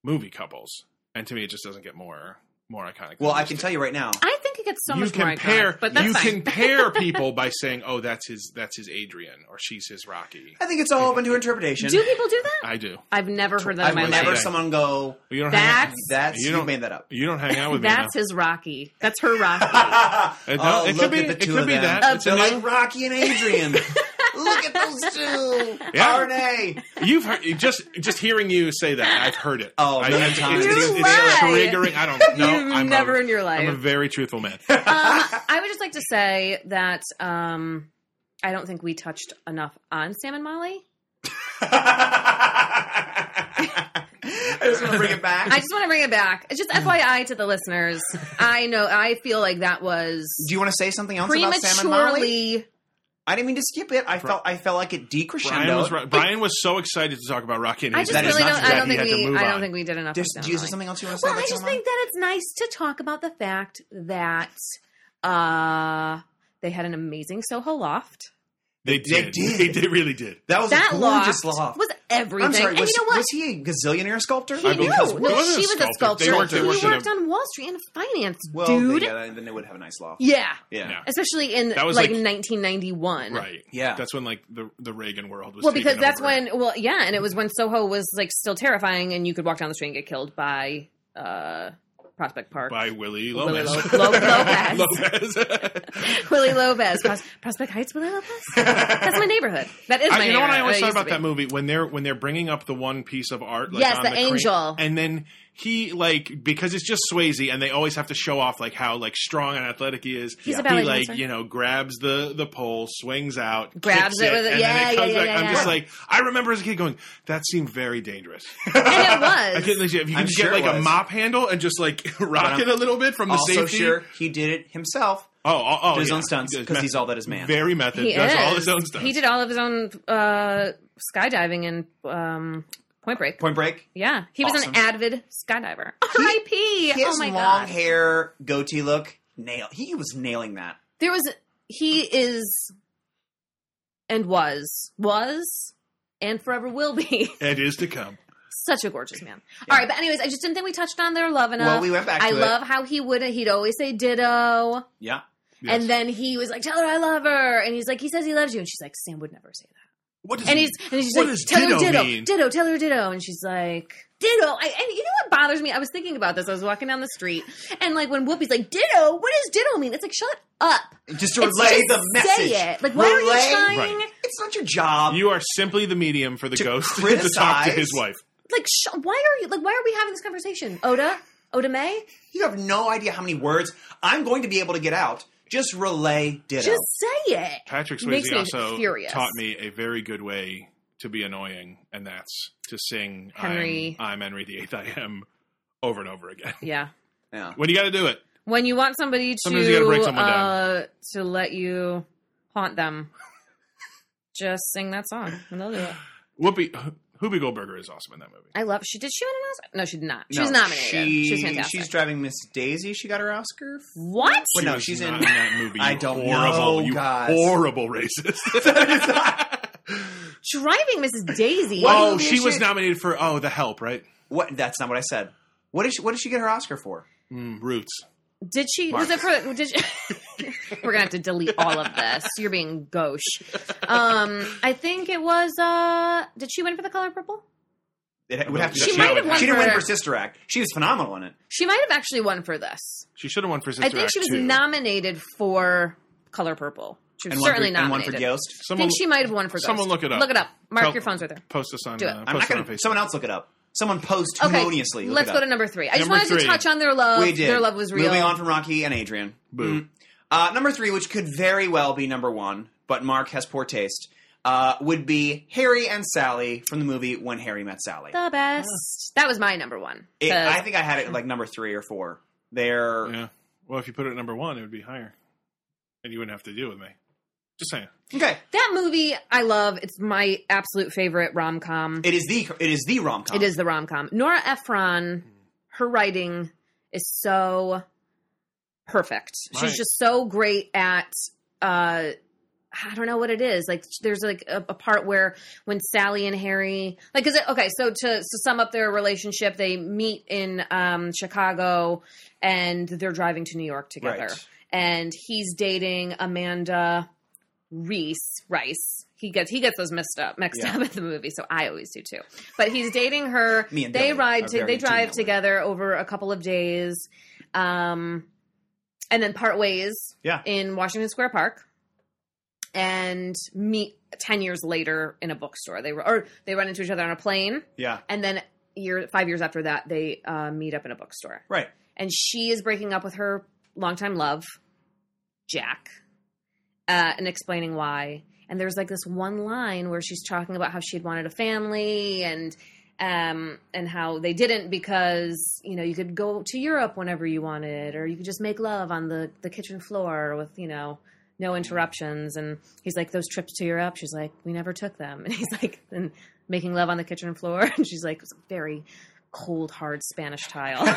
[SPEAKER 6] movie couples, and to me, it just doesn't get more more iconic.
[SPEAKER 2] well, I can tell you right now.
[SPEAKER 1] I think it gets so
[SPEAKER 6] you
[SPEAKER 1] much more
[SPEAKER 6] compare,
[SPEAKER 1] iconic, but that's
[SPEAKER 6] you
[SPEAKER 1] fine.
[SPEAKER 6] compare people by saying, "Oh, that's his, that's his Adrian, or she's his Rocky."
[SPEAKER 2] I think it's all open to interpretation.
[SPEAKER 1] do people do that?
[SPEAKER 6] I do.
[SPEAKER 1] I've never heard that
[SPEAKER 2] I've
[SPEAKER 1] in my
[SPEAKER 6] wish
[SPEAKER 2] never
[SPEAKER 1] life.
[SPEAKER 6] that-
[SPEAKER 2] someone go.
[SPEAKER 6] You don't hang out,
[SPEAKER 1] That's
[SPEAKER 2] That's
[SPEAKER 6] You
[SPEAKER 2] you,
[SPEAKER 6] don't-
[SPEAKER 2] made that up.
[SPEAKER 6] you don't hang out with me. now.
[SPEAKER 1] that's his Rocky. That's her Rocky.
[SPEAKER 2] oh,
[SPEAKER 6] It- no, it could
[SPEAKER 2] look
[SPEAKER 6] be-
[SPEAKER 2] at the
[SPEAKER 6] it
[SPEAKER 2] two
[SPEAKER 6] could
[SPEAKER 2] of
[SPEAKER 6] be
[SPEAKER 2] them.
[SPEAKER 6] that. It's a
[SPEAKER 2] They're
[SPEAKER 6] new-
[SPEAKER 2] like Rocky and Adrian. look at those two.
[SPEAKER 6] Yeah.
[SPEAKER 2] Arne.
[SPEAKER 6] You've heard just just hearing you say that. I've heard it.
[SPEAKER 2] Oh,
[SPEAKER 6] I,
[SPEAKER 2] many
[SPEAKER 6] it's-
[SPEAKER 2] times.
[SPEAKER 6] It's,
[SPEAKER 1] You
[SPEAKER 6] it's
[SPEAKER 1] lie.
[SPEAKER 6] triggering. I don't know.
[SPEAKER 1] You've
[SPEAKER 6] I'm
[SPEAKER 1] never
[SPEAKER 6] a,
[SPEAKER 1] in your life.
[SPEAKER 6] I'm a very truthful man.
[SPEAKER 1] um, I would just like to say that um, I don't think we touched enough on Sam and Molly.
[SPEAKER 2] I just want to bring it back.
[SPEAKER 1] I just want to bring it back. It's just
[SPEAKER 2] Mm.
[SPEAKER 1] FYI to the listeners. I know. I feel like that was
[SPEAKER 2] Do you want to say something else about Sam and Molly?
[SPEAKER 1] prematurely.
[SPEAKER 2] I didn't mean to skip it. I felt I felt like it
[SPEAKER 6] Brian was
[SPEAKER 2] decrescendoed.
[SPEAKER 6] right- Brian was so excited to talk about Rocky. And
[SPEAKER 1] I
[SPEAKER 6] Adrian
[SPEAKER 1] just
[SPEAKER 2] That is
[SPEAKER 1] really
[SPEAKER 2] not
[SPEAKER 1] don't.
[SPEAKER 2] true.
[SPEAKER 1] I
[SPEAKER 6] that
[SPEAKER 1] don't
[SPEAKER 6] he
[SPEAKER 1] think
[SPEAKER 6] had to
[SPEAKER 1] we.
[SPEAKER 6] move
[SPEAKER 1] I don't
[SPEAKER 6] on.
[SPEAKER 1] think we did enough. on
[SPEAKER 2] Just,
[SPEAKER 1] Sam
[SPEAKER 2] do
[SPEAKER 1] and
[SPEAKER 2] you
[SPEAKER 1] Molly.
[SPEAKER 2] have something else you want to say?
[SPEAKER 1] Well,
[SPEAKER 2] about
[SPEAKER 1] I just
[SPEAKER 2] Sam and
[SPEAKER 1] think that it's nice to talk about the fact that uh, they had an amazing Soho loft.
[SPEAKER 6] They
[SPEAKER 2] They
[SPEAKER 6] did.
[SPEAKER 2] did.
[SPEAKER 6] They did. Really did.
[SPEAKER 2] That was
[SPEAKER 1] that
[SPEAKER 2] a
[SPEAKER 1] loft
[SPEAKER 2] gorgeous loft.
[SPEAKER 1] was everything.
[SPEAKER 2] I'm sorry.
[SPEAKER 1] and
[SPEAKER 2] Was,
[SPEAKER 1] you know what?
[SPEAKER 2] was he a gazillionaire sculptor?
[SPEAKER 1] He knew.
[SPEAKER 2] Because
[SPEAKER 1] No,
[SPEAKER 2] what-
[SPEAKER 1] she
[SPEAKER 6] wasn't a
[SPEAKER 1] was a sculptor.
[SPEAKER 6] sculptor. They worked- they
[SPEAKER 1] he
[SPEAKER 6] worked in
[SPEAKER 1] worked
[SPEAKER 6] a-
[SPEAKER 1] on Wall Street in finance,
[SPEAKER 2] well,
[SPEAKER 1] dude.
[SPEAKER 2] They, yeah, then they would have a nice loft.
[SPEAKER 1] yeah.
[SPEAKER 2] Yeah.
[SPEAKER 6] Yeah.
[SPEAKER 1] especially in like,
[SPEAKER 6] That was, like-
[SPEAKER 1] 1991.
[SPEAKER 6] Right.
[SPEAKER 2] Yeah.
[SPEAKER 6] That's when like the the Reagan world was.
[SPEAKER 1] Well, because
[SPEAKER 6] taken
[SPEAKER 1] that's
[SPEAKER 6] over.
[SPEAKER 1] when. Well, yeah, and it was when Soho was like still terrifying, and you could walk down the street and get killed by uh, Prospect Park.
[SPEAKER 6] by Willie
[SPEAKER 1] Willie
[SPEAKER 6] Lopez.
[SPEAKER 1] Lo- Lo- Lopez.
[SPEAKER 6] Lopez.
[SPEAKER 1] Willie Lopez, Pros- Prospect Heights, Willie Lopez. That's my neighborhood. That is my.
[SPEAKER 6] I, you know what I
[SPEAKER 1] neighborhood.
[SPEAKER 6] always
[SPEAKER 1] It
[SPEAKER 6] thought
[SPEAKER 1] used to
[SPEAKER 6] about
[SPEAKER 1] be.
[SPEAKER 6] that movie when they're when they're bringing up the one piece of art, like,
[SPEAKER 1] Yes,
[SPEAKER 6] on
[SPEAKER 1] the
[SPEAKER 6] crane,
[SPEAKER 1] angel.
[SPEAKER 6] and then he like because it's just Swayze, and they always have to show off like how like strong and athletic he is.
[SPEAKER 1] He's a
[SPEAKER 6] he
[SPEAKER 1] ballet
[SPEAKER 6] like
[SPEAKER 1] dancer.
[SPEAKER 6] you know grabs the the pole, swings out,
[SPEAKER 1] Grabs
[SPEAKER 6] kicks
[SPEAKER 1] it with a-
[SPEAKER 6] and
[SPEAKER 1] yeah,
[SPEAKER 6] then it comes
[SPEAKER 1] yeah,
[SPEAKER 6] back.
[SPEAKER 1] yeah,
[SPEAKER 6] I'm
[SPEAKER 1] yeah,
[SPEAKER 6] just
[SPEAKER 1] yeah.
[SPEAKER 6] like I remember as a kid going, that seemed very dangerous.
[SPEAKER 1] And it was.
[SPEAKER 6] I couldn't if you could
[SPEAKER 2] I'm
[SPEAKER 6] get
[SPEAKER 2] sure it
[SPEAKER 6] like a
[SPEAKER 2] was.
[SPEAKER 6] mop handle and just like rock
[SPEAKER 2] I'm
[SPEAKER 6] it a little bit from the
[SPEAKER 2] also
[SPEAKER 6] safety.
[SPEAKER 2] sure he did it himself.
[SPEAKER 6] Oh, oh, oh
[SPEAKER 2] Did his
[SPEAKER 6] yeah.
[SPEAKER 2] own stunts
[SPEAKER 6] He does
[SPEAKER 2] because
[SPEAKER 6] meth-
[SPEAKER 2] he's all that is man.
[SPEAKER 6] Very method.
[SPEAKER 1] He
[SPEAKER 6] does
[SPEAKER 1] is.
[SPEAKER 6] all his own stuff.
[SPEAKER 1] He did all of his own uh, skydiving and um, Point Break.
[SPEAKER 2] Point Break.
[SPEAKER 1] Yeah, he was
[SPEAKER 2] Awesome.
[SPEAKER 1] an avid skydiver. R.I.P.
[SPEAKER 2] His
[SPEAKER 1] Oh my
[SPEAKER 2] long
[SPEAKER 1] god.
[SPEAKER 2] hair goatee look. Nail. He was nailing that.
[SPEAKER 1] There was he is and was was and forever will be
[SPEAKER 6] It is to come.
[SPEAKER 1] such a gorgeous man.
[SPEAKER 2] Yeah.
[SPEAKER 1] All right, but anyways, I just didn't think we touched on their love enough.
[SPEAKER 2] Well, we went back.
[SPEAKER 1] I
[SPEAKER 2] to
[SPEAKER 1] love
[SPEAKER 2] It.
[SPEAKER 1] how he would he'd always say ditto,
[SPEAKER 2] Yeah.
[SPEAKER 6] Yes.
[SPEAKER 1] and then he was like, "Tell her I love her," and he's like, "He says he loves you," and she's like, "Sam would never say that."
[SPEAKER 6] what does
[SPEAKER 1] And
[SPEAKER 6] he-
[SPEAKER 1] he's and she's
[SPEAKER 6] What
[SPEAKER 1] like,
[SPEAKER 6] does
[SPEAKER 1] tell
[SPEAKER 6] ditto
[SPEAKER 1] her ditto,
[SPEAKER 6] mean?
[SPEAKER 1] ditto, tell her ditto, and she's like, ditto. I, and you know what bothers me? I was thinking about this. I was walking down the street, and like when Whoopi's like, ditto, what does ditto mean? It's like, shut up.
[SPEAKER 2] Just to
[SPEAKER 1] It's
[SPEAKER 2] relay
[SPEAKER 1] just
[SPEAKER 2] the message.
[SPEAKER 1] Say it. Like, why are
[SPEAKER 2] Relay-
[SPEAKER 1] you trying?
[SPEAKER 6] Right.
[SPEAKER 2] It's not your job.
[SPEAKER 6] You are simply the medium for the
[SPEAKER 2] To
[SPEAKER 6] ghost to talk to
[SPEAKER 2] criticize-
[SPEAKER 6] his wife.
[SPEAKER 1] Like, sh- why are you? Like, why are we having this conversation, Oda? Oda May,
[SPEAKER 2] You have no idea how many words I'm going to be able to get out. Just relay ditto.
[SPEAKER 1] just say it.
[SPEAKER 6] Patrick
[SPEAKER 1] Makes
[SPEAKER 6] Swayze
[SPEAKER 1] me
[SPEAKER 6] also
[SPEAKER 1] furious.
[SPEAKER 6] taught me a very good way to be annoying, and that's to sing
[SPEAKER 1] Henry.
[SPEAKER 6] I'm, I'm Henry VIII, I am over and over again.
[SPEAKER 1] Yeah.
[SPEAKER 2] yeah.
[SPEAKER 6] When you got to do it,
[SPEAKER 1] When you want somebody to
[SPEAKER 6] Sometimes you gotta break someone down.
[SPEAKER 1] uh, to let you haunt them, just sing that song, and they'll do it.
[SPEAKER 6] Whoopi Whoopi Goldberger is awesome in that movie.
[SPEAKER 1] I love. She did she win an Oscar? No, she did not. She
[SPEAKER 2] No,
[SPEAKER 1] was nominated. She, was fantastic.
[SPEAKER 2] She's driving Miss Daisy. She got her Oscar.
[SPEAKER 1] what?
[SPEAKER 2] Wait, no,
[SPEAKER 6] was
[SPEAKER 2] she's
[SPEAKER 6] not
[SPEAKER 2] in-
[SPEAKER 6] that movie.
[SPEAKER 2] I
[SPEAKER 6] you
[SPEAKER 2] don't know,
[SPEAKER 6] horrible, you
[SPEAKER 2] guys.
[SPEAKER 6] horrible racist.
[SPEAKER 1] Driving Mrs. Daisy.
[SPEAKER 6] oh,
[SPEAKER 2] movie
[SPEAKER 6] she
[SPEAKER 2] is
[SPEAKER 6] was
[SPEAKER 2] she-
[SPEAKER 6] nominated for oh The Help, right?
[SPEAKER 2] What? That's not what I said. What did she? What did she get her Oscar for?
[SPEAKER 6] Mm, Roots.
[SPEAKER 1] Did she? Was it for? Did she, we're gonna have to delete all of this. You're being gauche. Um, I think it was. uh Did she win for the color purple?
[SPEAKER 2] It would have to.
[SPEAKER 6] She
[SPEAKER 2] be-
[SPEAKER 6] might have won
[SPEAKER 2] She didn't
[SPEAKER 1] for-
[SPEAKER 2] win for Sister Act. She was phenomenal in it.
[SPEAKER 1] She might have actually won for this.
[SPEAKER 6] She should have won for Sister
[SPEAKER 1] I think
[SPEAKER 6] Act
[SPEAKER 1] she was
[SPEAKER 6] too.
[SPEAKER 1] nominated for color purple. She was
[SPEAKER 2] And
[SPEAKER 1] certainly
[SPEAKER 2] one for, and one
[SPEAKER 1] nominated.
[SPEAKER 2] for Ghost.
[SPEAKER 1] I
[SPEAKER 6] Someone
[SPEAKER 1] think she might have won for. Ghost.
[SPEAKER 6] someone look it up.
[SPEAKER 1] Look it up. Mark
[SPEAKER 6] Tell-
[SPEAKER 1] your phones with her.
[SPEAKER 6] post us on.
[SPEAKER 1] Do it.
[SPEAKER 6] Uh,
[SPEAKER 2] I'm not
[SPEAKER 6] post it on
[SPEAKER 2] going
[SPEAKER 6] Facebook.
[SPEAKER 2] to. Someone else look it up. Someone post
[SPEAKER 1] Okay.
[SPEAKER 2] humoniously. look
[SPEAKER 1] Let's
[SPEAKER 2] it
[SPEAKER 1] go
[SPEAKER 2] up.
[SPEAKER 1] to number three. I just
[SPEAKER 6] Number
[SPEAKER 1] wanted to
[SPEAKER 6] three.
[SPEAKER 1] touch on their love.
[SPEAKER 2] We did.
[SPEAKER 1] Their love was real. Mm-hmm.
[SPEAKER 2] Moving on from Rocky and Adrian.
[SPEAKER 6] Boo.
[SPEAKER 2] Mm. Uh, number three, which could very well be number one, but Mark has poor taste, uh, would be Harry and Sally from the movie When Harry Met Sally.
[SPEAKER 1] the best. That was my number one.
[SPEAKER 2] It-
[SPEAKER 1] The-
[SPEAKER 2] I think I had it at, like number three or four. They're
[SPEAKER 6] Yeah. Well, if you put it at number one, it would be higher, and you wouldn't have to deal with me. Just saying.
[SPEAKER 2] okay.
[SPEAKER 1] that movie I love. It's my absolute favorite rom com.
[SPEAKER 2] It is the it is the rom com.
[SPEAKER 1] It is the rom com. Nora Ephron, her writing is so perfect.
[SPEAKER 6] Right.
[SPEAKER 1] She's just so great at. Uh, I don't know what it is. Like, there's like a, a part where when Sally and Harry, like, is it okay? So to, to sum up their relationship, they meet in um, Chicago, and they're driving to New York together.
[SPEAKER 2] Right.
[SPEAKER 1] And he's dating Amanda Reese Rice. He gets he gets those mixed up mixed
[SPEAKER 2] Yeah.
[SPEAKER 1] up at the movie, so I always do too. But he's dating her.
[SPEAKER 2] Me and
[SPEAKER 1] they
[SPEAKER 2] Billy
[SPEAKER 1] ride
[SPEAKER 2] are
[SPEAKER 1] to,
[SPEAKER 2] very
[SPEAKER 1] they
[SPEAKER 2] team
[SPEAKER 1] drive
[SPEAKER 2] that way.
[SPEAKER 1] together over a couple of days, um, and then part ways
[SPEAKER 2] Yeah.
[SPEAKER 1] in Washington Square Park, and meet ten years later in a bookstore. They or they run into each other on a plane,
[SPEAKER 2] Yeah.
[SPEAKER 1] and then year five years after that they uh, meet up in a bookstore
[SPEAKER 2] Right.
[SPEAKER 1] and she is breaking up with her longtime love, Jack, uh, and explaining why. And there's like this one line where she's talking about how she'd wanted a family and um and how they didn't because you know you could go to Europe whenever you wanted or you could just make love on the the kitchen floor with you know no interruptions and he's like those trips to Europe she's like we never took them and he's like and making love on the kitchen floor and she's like it's very cold hard Spanish tile so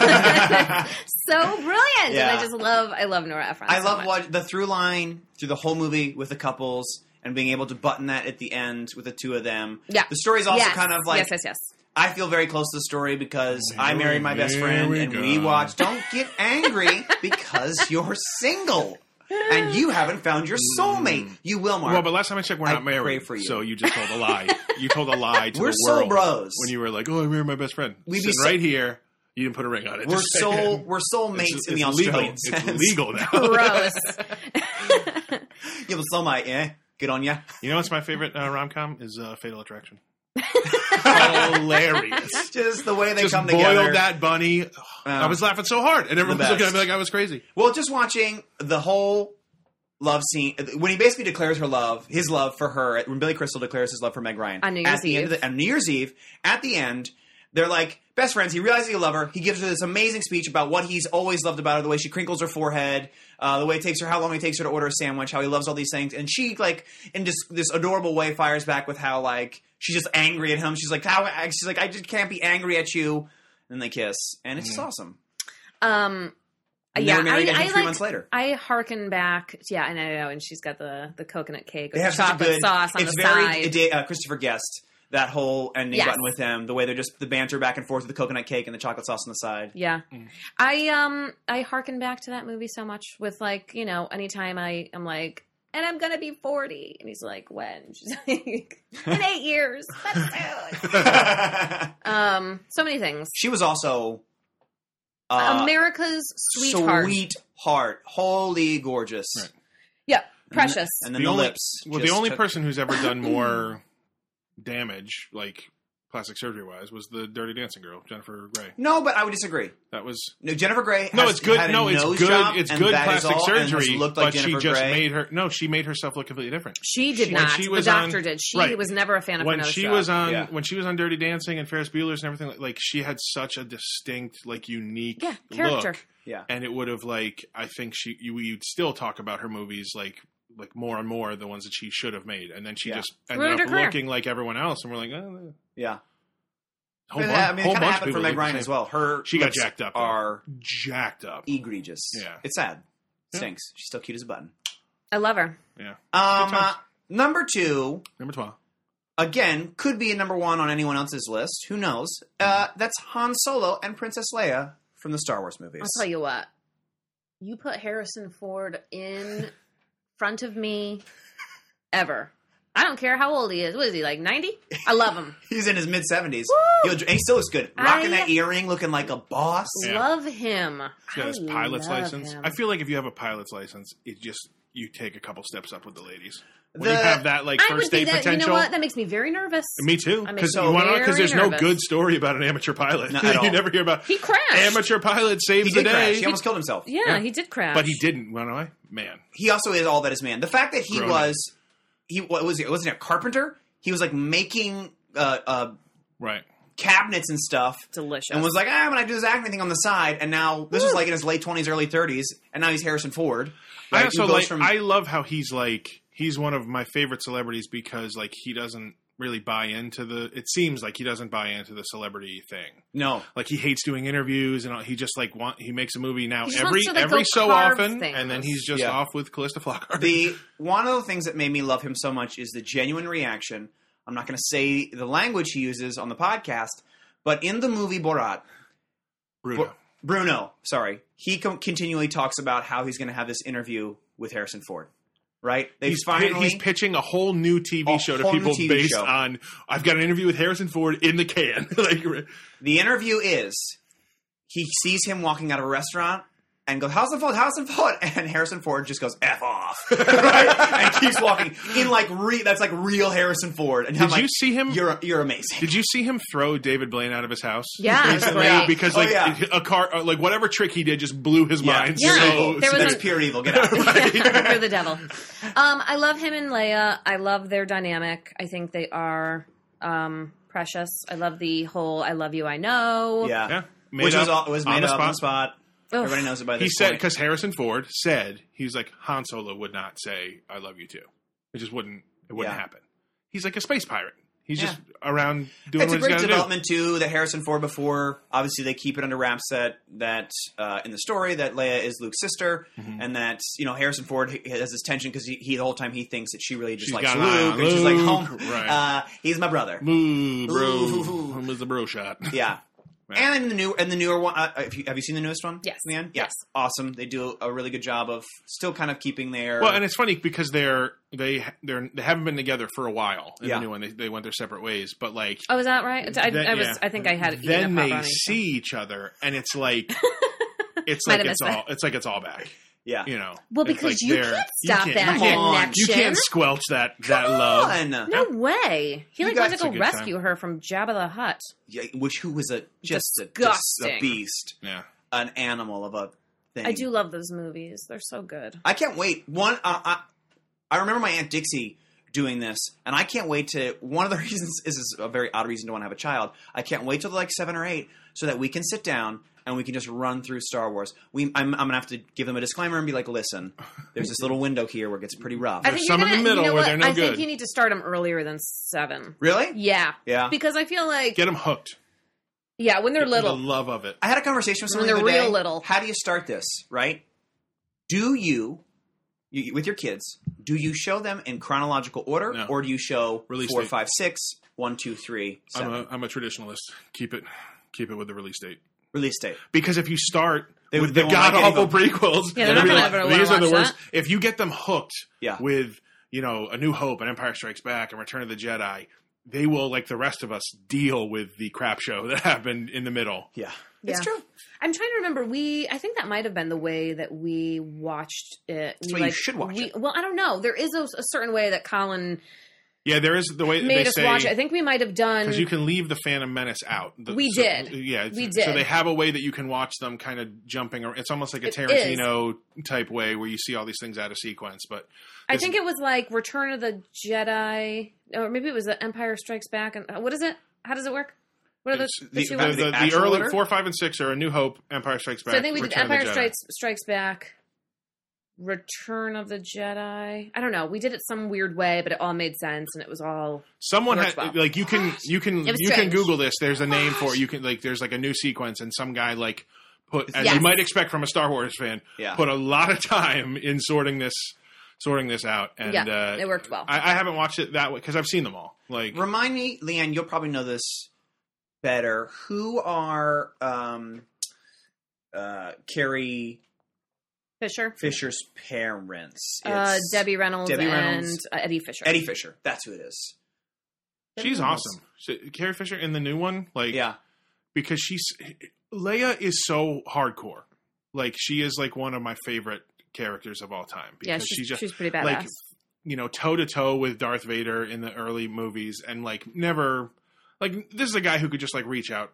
[SPEAKER 1] brilliant and I
[SPEAKER 2] Yeah.
[SPEAKER 1] just love I love Nora Ephron
[SPEAKER 2] I
[SPEAKER 1] so
[SPEAKER 2] love
[SPEAKER 1] much.
[SPEAKER 2] what the through line through the whole movie with the couples and being able to button that at the end with the two of them.
[SPEAKER 1] Yeah.
[SPEAKER 2] The story's also
[SPEAKER 1] yes.
[SPEAKER 2] kind of like
[SPEAKER 1] yes, yes, yes.
[SPEAKER 2] I feel very close to the story because I
[SPEAKER 6] Here
[SPEAKER 2] married
[SPEAKER 6] we-
[SPEAKER 2] my best
[SPEAKER 6] here
[SPEAKER 2] friend
[SPEAKER 6] we
[SPEAKER 2] and
[SPEAKER 6] go.
[SPEAKER 2] we watched Don't Get Angry because you're single and you haven't found your soulmate. You will, Mark.
[SPEAKER 6] Mm. Well, but last time I checked, we're
[SPEAKER 2] I
[SPEAKER 6] not married.
[SPEAKER 2] pray for you.
[SPEAKER 6] So you just told a lie. you told a lie to
[SPEAKER 2] We're
[SPEAKER 6] the
[SPEAKER 2] soul
[SPEAKER 6] world
[SPEAKER 2] bros.
[SPEAKER 6] when you were like, "Oh, I married my best friend."
[SPEAKER 2] We'd
[SPEAKER 6] We'd
[SPEAKER 2] be
[SPEAKER 6] be
[SPEAKER 2] so-
[SPEAKER 6] right here. You didn't put a ring on it.
[SPEAKER 2] we're
[SPEAKER 6] Just
[SPEAKER 2] soul
[SPEAKER 6] saying.
[SPEAKER 2] we're soulmates
[SPEAKER 6] It's-
[SPEAKER 2] in the
[SPEAKER 6] it's
[SPEAKER 2] Australian
[SPEAKER 6] legal.
[SPEAKER 2] sense.
[SPEAKER 6] It's legal now.
[SPEAKER 1] Gross.
[SPEAKER 2] Yeah, but soulmate, yeah. Good on ya.
[SPEAKER 6] you know what's my favorite uh, rom com is uh, Fatal Attraction. Hilarious.
[SPEAKER 2] Just the way they
[SPEAKER 6] Just
[SPEAKER 2] come
[SPEAKER 6] boiled
[SPEAKER 2] together. Uh, Um,
[SPEAKER 6] that bunny. I was laughing so hard, and everyone
[SPEAKER 2] The
[SPEAKER 6] was looking at
[SPEAKER 2] best.
[SPEAKER 6] me like I was crazy.
[SPEAKER 2] Well, just watching the whole love scene when he basically declares her love, his love for her, when Billy Crystal declares his love for Meg Ryan
[SPEAKER 1] On New Year's
[SPEAKER 2] at the end of
[SPEAKER 1] Eve.
[SPEAKER 2] the, on New Year's Eve. At the end, they're like best friends. He realizes he loves her. He gives her this amazing speech about what he's always loved about her: the way she crinkles her forehead, uh, the way it takes her, how long it takes her to order a sandwich, how he loves all these things. And she, like, in just this adorable way, fires back with how like she's just angry at him. She's like, how she's like, I just can't be angry at you. And they kiss, and it's just awesome.
[SPEAKER 1] um,
[SPEAKER 2] And they
[SPEAKER 1] yeah,
[SPEAKER 2] were married
[SPEAKER 1] I,
[SPEAKER 2] again
[SPEAKER 1] I
[SPEAKER 2] three
[SPEAKER 1] like.
[SPEAKER 2] months later.
[SPEAKER 1] I harken back, yeah, and I know, and she's got the, the coconut cake
[SPEAKER 2] They
[SPEAKER 1] with
[SPEAKER 2] have such a
[SPEAKER 1] chocolate
[SPEAKER 2] good
[SPEAKER 1] sauce on
[SPEAKER 2] it's
[SPEAKER 1] the
[SPEAKER 2] very
[SPEAKER 1] side.
[SPEAKER 2] it did- uh, Christopher Guest. That whole ending
[SPEAKER 1] Yes.
[SPEAKER 2] button with them, the way they're just the banter back and forth with the coconut cake and the chocolate sauce on the side.
[SPEAKER 1] Yeah.
[SPEAKER 6] Mm.
[SPEAKER 1] I um I hearken back to that movie so much with like, you know, anytime I am like, and I'm gonna be forty and he's like, When? She's like, In eight years. That's soon. Um, so many things.
[SPEAKER 2] she was also uh,
[SPEAKER 1] America's sweetheart.
[SPEAKER 2] sweetheart. holy gorgeous,
[SPEAKER 6] Right.
[SPEAKER 1] Yeah. Precious.
[SPEAKER 2] and then
[SPEAKER 6] The
[SPEAKER 2] the,
[SPEAKER 6] only-
[SPEAKER 2] lips.
[SPEAKER 6] Well,
[SPEAKER 2] just
[SPEAKER 6] the only
[SPEAKER 2] took-
[SPEAKER 6] person who's ever done more damage, like plastic surgery wise, was the Dirty Dancing girl, Jennifer Grey.
[SPEAKER 2] No, but I would disagree.
[SPEAKER 6] That was
[SPEAKER 2] No, Jennifer Grey.
[SPEAKER 6] no,
[SPEAKER 2] has
[SPEAKER 6] it's good.
[SPEAKER 2] had a
[SPEAKER 6] No, it's
[SPEAKER 2] nose
[SPEAKER 6] good.
[SPEAKER 2] job,
[SPEAKER 6] it's
[SPEAKER 2] and
[SPEAKER 6] good
[SPEAKER 2] that is
[SPEAKER 6] plastic
[SPEAKER 2] all, and has
[SPEAKER 6] surgery.
[SPEAKER 2] looked like
[SPEAKER 6] but she
[SPEAKER 2] Jennifer
[SPEAKER 6] just
[SPEAKER 2] Grey.
[SPEAKER 6] made her. No, she made herself look completely different.
[SPEAKER 1] she did
[SPEAKER 6] She- when
[SPEAKER 1] not.
[SPEAKER 6] she
[SPEAKER 1] the
[SPEAKER 6] was
[SPEAKER 1] doctor
[SPEAKER 6] on-
[SPEAKER 1] did. She
[SPEAKER 6] right.
[SPEAKER 1] was never a fan of
[SPEAKER 6] when
[SPEAKER 1] Fernando
[SPEAKER 6] she
[SPEAKER 1] Shaw.
[SPEAKER 6] was on
[SPEAKER 2] Yeah.
[SPEAKER 6] when she was on Dirty Dancing and Ferris Bueller's and everything, like- like she had such a distinct, like unique
[SPEAKER 1] Yeah, character.
[SPEAKER 6] look.
[SPEAKER 2] Yeah.
[SPEAKER 6] and it would have like I think she you, you'd still talk about her movies like like more and more the ones that she should have made, and then she
[SPEAKER 2] Yeah.
[SPEAKER 6] just ended
[SPEAKER 1] Ruined her
[SPEAKER 6] up
[SPEAKER 1] career.
[SPEAKER 6] looking like everyone else, and we're like, oh,
[SPEAKER 2] Yeah,
[SPEAKER 6] a whole
[SPEAKER 2] But, uh,
[SPEAKER 6] bunch-
[SPEAKER 2] I mean, it
[SPEAKER 6] whole
[SPEAKER 2] kind of
[SPEAKER 6] bunch
[SPEAKER 2] happened
[SPEAKER 6] of
[SPEAKER 2] for
[SPEAKER 6] people
[SPEAKER 2] Meg
[SPEAKER 6] look
[SPEAKER 2] Ryan
[SPEAKER 6] the
[SPEAKER 2] as well. Her
[SPEAKER 6] She got
[SPEAKER 2] lips
[SPEAKER 6] jacked up.
[SPEAKER 2] Are E
[SPEAKER 6] same. jacked up.
[SPEAKER 2] egregious.
[SPEAKER 6] Yeah.
[SPEAKER 2] it's sad.
[SPEAKER 6] Yeah.
[SPEAKER 2] Stinks. She's still cute as a button.
[SPEAKER 1] I love her.
[SPEAKER 6] Yeah,
[SPEAKER 2] Um,
[SPEAKER 6] Good times.
[SPEAKER 2] uh, number two,
[SPEAKER 6] number twelve.
[SPEAKER 2] again, could be a number one on anyone else's list. Who knows? Uh, that's Han Solo and Princess Leia from the Star Wars movies.
[SPEAKER 1] I'll tell you what. You put Harrison Ford in front of me ever. I don't care how old he is. What is he, like 90? I love him.
[SPEAKER 2] He's in his mid seventies. He still looks good, rocking
[SPEAKER 1] I-
[SPEAKER 2] that earring, looking like a boss.
[SPEAKER 6] Yeah.
[SPEAKER 1] Love him.
[SPEAKER 6] He's got
[SPEAKER 1] I
[SPEAKER 6] his pilot's
[SPEAKER 1] love
[SPEAKER 6] license.
[SPEAKER 1] him.
[SPEAKER 6] I feel like if you have a pilot's license, it just you take a couple steps up with the ladies. When you
[SPEAKER 2] The-
[SPEAKER 6] have that like
[SPEAKER 1] I would
[SPEAKER 6] first
[SPEAKER 1] be
[SPEAKER 6] date
[SPEAKER 1] that,
[SPEAKER 6] potential.
[SPEAKER 1] You know what? That makes me very nervous.
[SPEAKER 6] Me too.
[SPEAKER 1] I'm
[SPEAKER 6] Because
[SPEAKER 1] so very
[SPEAKER 6] there's no
[SPEAKER 1] nervous.
[SPEAKER 6] good story about an amateur pilot.
[SPEAKER 2] Not at all.
[SPEAKER 6] you never hear about
[SPEAKER 1] he crashed.
[SPEAKER 6] amateur pilot saves
[SPEAKER 2] He
[SPEAKER 6] the
[SPEAKER 2] did crash.
[SPEAKER 6] day.
[SPEAKER 2] He almost killed himself.
[SPEAKER 1] yeah,
[SPEAKER 6] Yeah.
[SPEAKER 1] he did crash.
[SPEAKER 6] but he didn't. Why not? Man,
[SPEAKER 2] He also is all that is man. The fact that he
[SPEAKER 6] Grown up.
[SPEAKER 2] was, he what was he? Wasn't he a carpenter? He was like making uh, uh,
[SPEAKER 6] right?
[SPEAKER 2] cabinets and stuff.
[SPEAKER 1] Delicious.
[SPEAKER 2] And was like, ah, I'm gonna do this acting thing on the side, and now this was like in his late twenties, early thirties, and now he's Harrison Ford.
[SPEAKER 6] I
[SPEAKER 2] right,
[SPEAKER 6] also
[SPEAKER 2] who goes
[SPEAKER 6] like. I love how he's like. He's one of my favorite celebrities because like he doesn't really buy into the. It seems like he doesn't buy into the celebrity thing.
[SPEAKER 2] no,
[SPEAKER 6] Like he hates doing interviews and all, he just like want he makes a movie now
[SPEAKER 1] He just
[SPEAKER 6] every
[SPEAKER 1] wants to, like,
[SPEAKER 6] every
[SPEAKER 1] go
[SPEAKER 6] so
[SPEAKER 1] carve
[SPEAKER 6] often
[SPEAKER 1] things.
[SPEAKER 6] and then he's just
[SPEAKER 2] Yeah.
[SPEAKER 6] off with Callista Flockhart.
[SPEAKER 2] the one of the things that made me love him so much is the genuine reaction. I'm not going to say the language he uses on the podcast, but in the movie Borat,
[SPEAKER 6] Bruno.
[SPEAKER 2] Br- Bruno, sorry, he con- continually talks about how he's going to have this interview with Harrison Ford. Right? They
[SPEAKER 6] he's, pi-
[SPEAKER 2] finally
[SPEAKER 6] he's pitching a whole new TV
[SPEAKER 2] A
[SPEAKER 6] show to
[SPEAKER 2] whole new
[SPEAKER 6] people
[SPEAKER 2] TV
[SPEAKER 6] based
[SPEAKER 2] show.
[SPEAKER 6] on I've got an interview with Harrison Ford in the can. like
[SPEAKER 2] the interview is he sees him walking out of a restaurant. And goes, Harrison Ford, Harrison Ford, and Harrison Ford just goes f off, right? and keeps walking in like re- that's like real Harrison Ford. And I'm
[SPEAKER 6] Did
[SPEAKER 2] like,
[SPEAKER 6] you see him
[SPEAKER 2] You're you're amazing.
[SPEAKER 6] Did you see him throw David Blaine out of his house?
[SPEAKER 1] Yeah, it's
[SPEAKER 6] recently?
[SPEAKER 1] great.
[SPEAKER 6] because
[SPEAKER 2] Oh,
[SPEAKER 6] like
[SPEAKER 2] yeah.
[SPEAKER 6] a car, uh, like whatever trick he did, just blew his mind.
[SPEAKER 1] Yeah.
[SPEAKER 2] Pure
[SPEAKER 1] Yeah.
[SPEAKER 6] So,
[SPEAKER 2] evil.
[SPEAKER 1] There was
[SPEAKER 2] that's
[SPEAKER 1] a-
[SPEAKER 2] pure evil. Get out.
[SPEAKER 1] You're the devil. Um, I love him and Leia. I love their dynamic. I think they are um, precious. I love the whole "I love you, I know."
[SPEAKER 2] yeah.
[SPEAKER 6] yeah, made
[SPEAKER 2] Which was,
[SPEAKER 6] up
[SPEAKER 2] all, was
[SPEAKER 6] on
[SPEAKER 2] made
[SPEAKER 6] the
[SPEAKER 2] up on the
[SPEAKER 6] spot.
[SPEAKER 2] spot.
[SPEAKER 1] Ugh.
[SPEAKER 2] Everybody knows it by this
[SPEAKER 6] He said
[SPEAKER 2] point.
[SPEAKER 6] because Harrison Ford said he's like Han Solo would not say "I love you too." It just wouldn't. It wouldn't
[SPEAKER 2] Yeah.
[SPEAKER 6] happen. He's like a space pirate. He's
[SPEAKER 2] Yeah.
[SPEAKER 6] just around doing
[SPEAKER 2] It's a
[SPEAKER 6] what he's
[SPEAKER 2] great
[SPEAKER 6] got to do.
[SPEAKER 2] development too. That Harrison Ford before, obviously they keep it under wraps that that uh, in the story that Leia is Luke's sister,
[SPEAKER 6] Mhm.
[SPEAKER 2] and that you know Harrison Ford he- has this tension because he, he the whole time he thinks that she really just
[SPEAKER 6] She's
[SPEAKER 2] likes
[SPEAKER 6] got
[SPEAKER 2] Luke,
[SPEAKER 6] an eye on
[SPEAKER 2] and she's like,
[SPEAKER 6] Luke,
[SPEAKER 2] home,
[SPEAKER 6] right.
[SPEAKER 2] uh, he's my brother.
[SPEAKER 6] Moo,
[SPEAKER 2] Ooh.
[SPEAKER 6] bro. Home is the bro shot.
[SPEAKER 2] Yeah.
[SPEAKER 6] Yeah.
[SPEAKER 2] And in the new and the newer one, uh, if you, have you seen the newest one?
[SPEAKER 1] Yes.
[SPEAKER 2] Leanne?
[SPEAKER 1] Yes.
[SPEAKER 2] Awesome. They do a really good job of still kind of keeping their
[SPEAKER 6] Well, and it's funny because they're they they're they haven't been together for a while. In
[SPEAKER 2] Yeah.
[SPEAKER 6] the new one, they, they went their separate ways. But like,
[SPEAKER 1] Oh, is that right? I,
[SPEAKER 6] Then-
[SPEAKER 1] I was.
[SPEAKER 6] yeah.
[SPEAKER 1] I think I had. eaten
[SPEAKER 6] then
[SPEAKER 1] a pop
[SPEAKER 6] they
[SPEAKER 1] brownie.
[SPEAKER 6] see each other, and it's like it's
[SPEAKER 1] Might
[SPEAKER 6] like
[SPEAKER 1] have
[SPEAKER 6] it's
[SPEAKER 1] missed
[SPEAKER 6] all it's like it's all back.
[SPEAKER 2] yeah.
[SPEAKER 6] You know,
[SPEAKER 1] Well,
[SPEAKER 6] It's
[SPEAKER 1] because
[SPEAKER 6] like
[SPEAKER 1] you
[SPEAKER 6] they're-
[SPEAKER 1] can't stop
[SPEAKER 6] you
[SPEAKER 1] that
[SPEAKER 2] Come on.
[SPEAKER 1] connection.
[SPEAKER 6] You can't squelch that that love.
[SPEAKER 2] Come on.
[SPEAKER 1] No way. He
[SPEAKER 2] You
[SPEAKER 1] like
[SPEAKER 2] guys-
[SPEAKER 1] went
[SPEAKER 6] It's
[SPEAKER 1] to
[SPEAKER 6] a
[SPEAKER 1] go
[SPEAKER 6] good
[SPEAKER 1] rescue her from Jabba the Hutt.
[SPEAKER 2] Yeah, which who was a just a, just
[SPEAKER 1] Disgusting.
[SPEAKER 2] a beast,
[SPEAKER 6] Yeah,
[SPEAKER 2] an animal of a thing.
[SPEAKER 1] I do love those movies. They're so good.
[SPEAKER 2] I can't wait. One, uh, I, I remember my aunt Dixie doing this, and I can't wait to. One of the reasons this is a very odd reason to want to have a child. I can't wait till they're like seven or eight, so that we can sit down and we can just run through Star Wars. We, I'm, I'm gonna have to give them a disclaimer and be like, listen, there's this little window here where it gets pretty rough.
[SPEAKER 1] I think
[SPEAKER 6] some
[SPEAKER 1] you're
[SPEAKER 6] in the
[SPEAKER 1] gonna-
[SPEAKER 6] middle
[SPEAKER 1] you know
[SPEAKER 6] where
[SPEAKER 1] what?
[SPEAKER 6] they're no
[SPEAKER 1] I think
[SPEAKER 6] good.
[SPEAKER 1] you need to start them earlier than seven.
[SPEAKER 2] Really?
[SPEAKER 1] Yeah,
[SPEAKER 2] Yeah.
[SPEAKER 1] because I feel like
[SPEAKER 6] get them hooked.
[SPEAKER 1] yeah, when they're little,
[SPEAKER 6] the love of it.
[SPEAKER 2] I had a conversation with someone
[SPEAKER 1] When
[SPEAKER 2] the
[SPEAKER 1] they're
[SPEAKER 2] other
[SPEAKER 1] real
[SPEAKER 2] day.
[SPEAKER 1] little.
[SPEAKER 2] How do you start this? Right? Do you, you with your kids? Do you show them in chronological order,
[SPEAKER 6] No.
[SPEAKER 2] or do you show
[SPEAKER 6] Release
[SPEAKER 2] four,
[SPEAKER 6] date.
[SPEAKER 2] five, six, one, two, three,
[SPEAKER 6] I'm
[SPEAKER 2] seven?
[SPEAKER 6] a I'm a traditionalist. Keep it keep it with the release date
[SPEAKER 2] Release date.
[SPEAKER 6] because if you start
[SPEAKER 2] They-
[SPEAKER 6] with
[SPEAKER 2] they
[SPEAKER 6] the
[SPEAKER 2] won't like
[SPEAKER 6] god awful
[SPEAKER 2] it
[SPEAKER 6] prequels,
[SPEAKER 1] Yeah, they're not
[SPEAKER 6] they'll be
[SPEAKER 1] gonna ever wanna
[SPEAKER 6] these are the
[SPEAKER 1] watch
[SPEAKER 6] worst. If you get them hooked
[SPEAKER 2] Yeah.
[SPEAKER 6] with you know A New Hope and Empire Strikes Back and Return of the Jedi, they will like the rest of us deal with the crap show that happened in the middle.
[SPEAKER 2] Yeah.
[SPEAKER 1] Yeah.
[SPEAKER 2] It's true.
[SPEAKER 1] I'm trying to remember. We I think that might have been the way that we watched it.
[SPEAKER 2] That's
[SPEAKER 1] we,
[SPEAKER 2] why you should watch
[SPEAKER 1] we, Well, I don't know. There is a, a certain way that Colin
[SPEAKER 6] Yeah, there is the way
[SPEAKER 1] made
[SPEAKER 6] they
[SPEAKER 1] us
[SPEAKER 6] say
[SPEAKER 1] watch it. I think we might have done.
[SPEAKER 6] because you can leave the Phantom Menace out. The-
[SPEAKER 1] We
[SPEAKER 6] so-
[SPEAKER 1] did.
[SPEAKER 6] yeah,
[SPEAKER 1] We
[SPEAKER 6] So
[SPEAKER 1] did.
[SPEAKER 6] they have a way that you can watch them kind of jumping. around. It's almost like a
[SPEAKER 1] It is.
[SPEAKER 6] Tarantino type way where you see all these things out of sequence. But
[SPEAKER 1] I think it was like Return of the Jedi, or maybe it was The Empire Strikes Back. And uh, what is it? How does it work? What are those
[SPEAKER 6] it's-
[SPEAKER 1] the
[SPEAKER 6] the,
[SPEAKER 1] two
[SPEAKER 6] the,
[SPEAKER 1] ones?
[SPEAKER 6] the,
[SPEAKER 2] The
[SPEAKER 6] the
[SPEAKER 2] actual
[SPEAKER 6] early
[SPEAKER 2] order?
[SPEAKER 6] four, five, and six are A New Hope, Empire Strikes Back.
[SPEAKER 1] so I think we did
[SPEAKER 6] Return of the
[SPEAKER 1] Empire
[SPEAKER 6] Jedi.
[SPEAKER 1] Strikes Strikes Back, Return of the Jedi. I don't know. We did it some weird way, but it all made sense, and it was all
[SPEAKER 6] Someone
[SPEAKER 1] Works
[SPEAKER 6] had
[SPEAKER 1] well.
[SPEAKER 6] like you can you can
[SPEAKER 1] It was
[SPEAKER 6] you can
[SPEAKER 1] strange.
[SPEAKER 6] Google this. There's a name for it. You can like there's like a new sequence, and some guy like put as you
[SPEAKER 1] Yes.
[SPEAKER 6] might expect from a Star Wars fan,
[SPEAKER 2] Yeah.
[SPEAKER 6] put a lot of time in sorting this sorting this out. And
[SPEAKER 1] yeah.
[SPEAKER 6] uh,
[SPEAKER 1] it worked well.
[SPEAKER 6] I, I haven't watched it that way because I've seen them all. Like
[SPEAKER 2] Remind me, Leanne, you'll probably know this better. Who are um, uh, Carrie
[SPEAKER 1] Fisher,
[SPEAKER 2] Fisher's parents?
[SPEAKER 1] uh,
[SPEAKER 2] It's
[SPEAKER 1] Debbie Reynolds,
[SPEAKER 2] Debbie
[SPEAKER 1] and
[SPEAKER 2] Reynolds.
[SPEAKER 1] uh, Eddie Fisher.
[SPEAKER 2] Eddie Fisher. That's who it is.
[SPEAKER 6] she's
[SPEAKER 2] Everyone else.
[SPEAKER 6] awesome. She- Carrie Fisher in the new one, like
[SPEAKER 2] Yeah.
[SPEAKER 6] because she's Leia is so hardcore. Like she is like one of my favorite characters of all time because
[SPEAKER 1] yeah, she's,
[SPEAKER 6] she just
[SPEAKER 1] she's pretty badass.
[SPEAKER 6] like you know toe to toe with Darth Vader in the early movies, and like never like this is a guy who could just like reach out,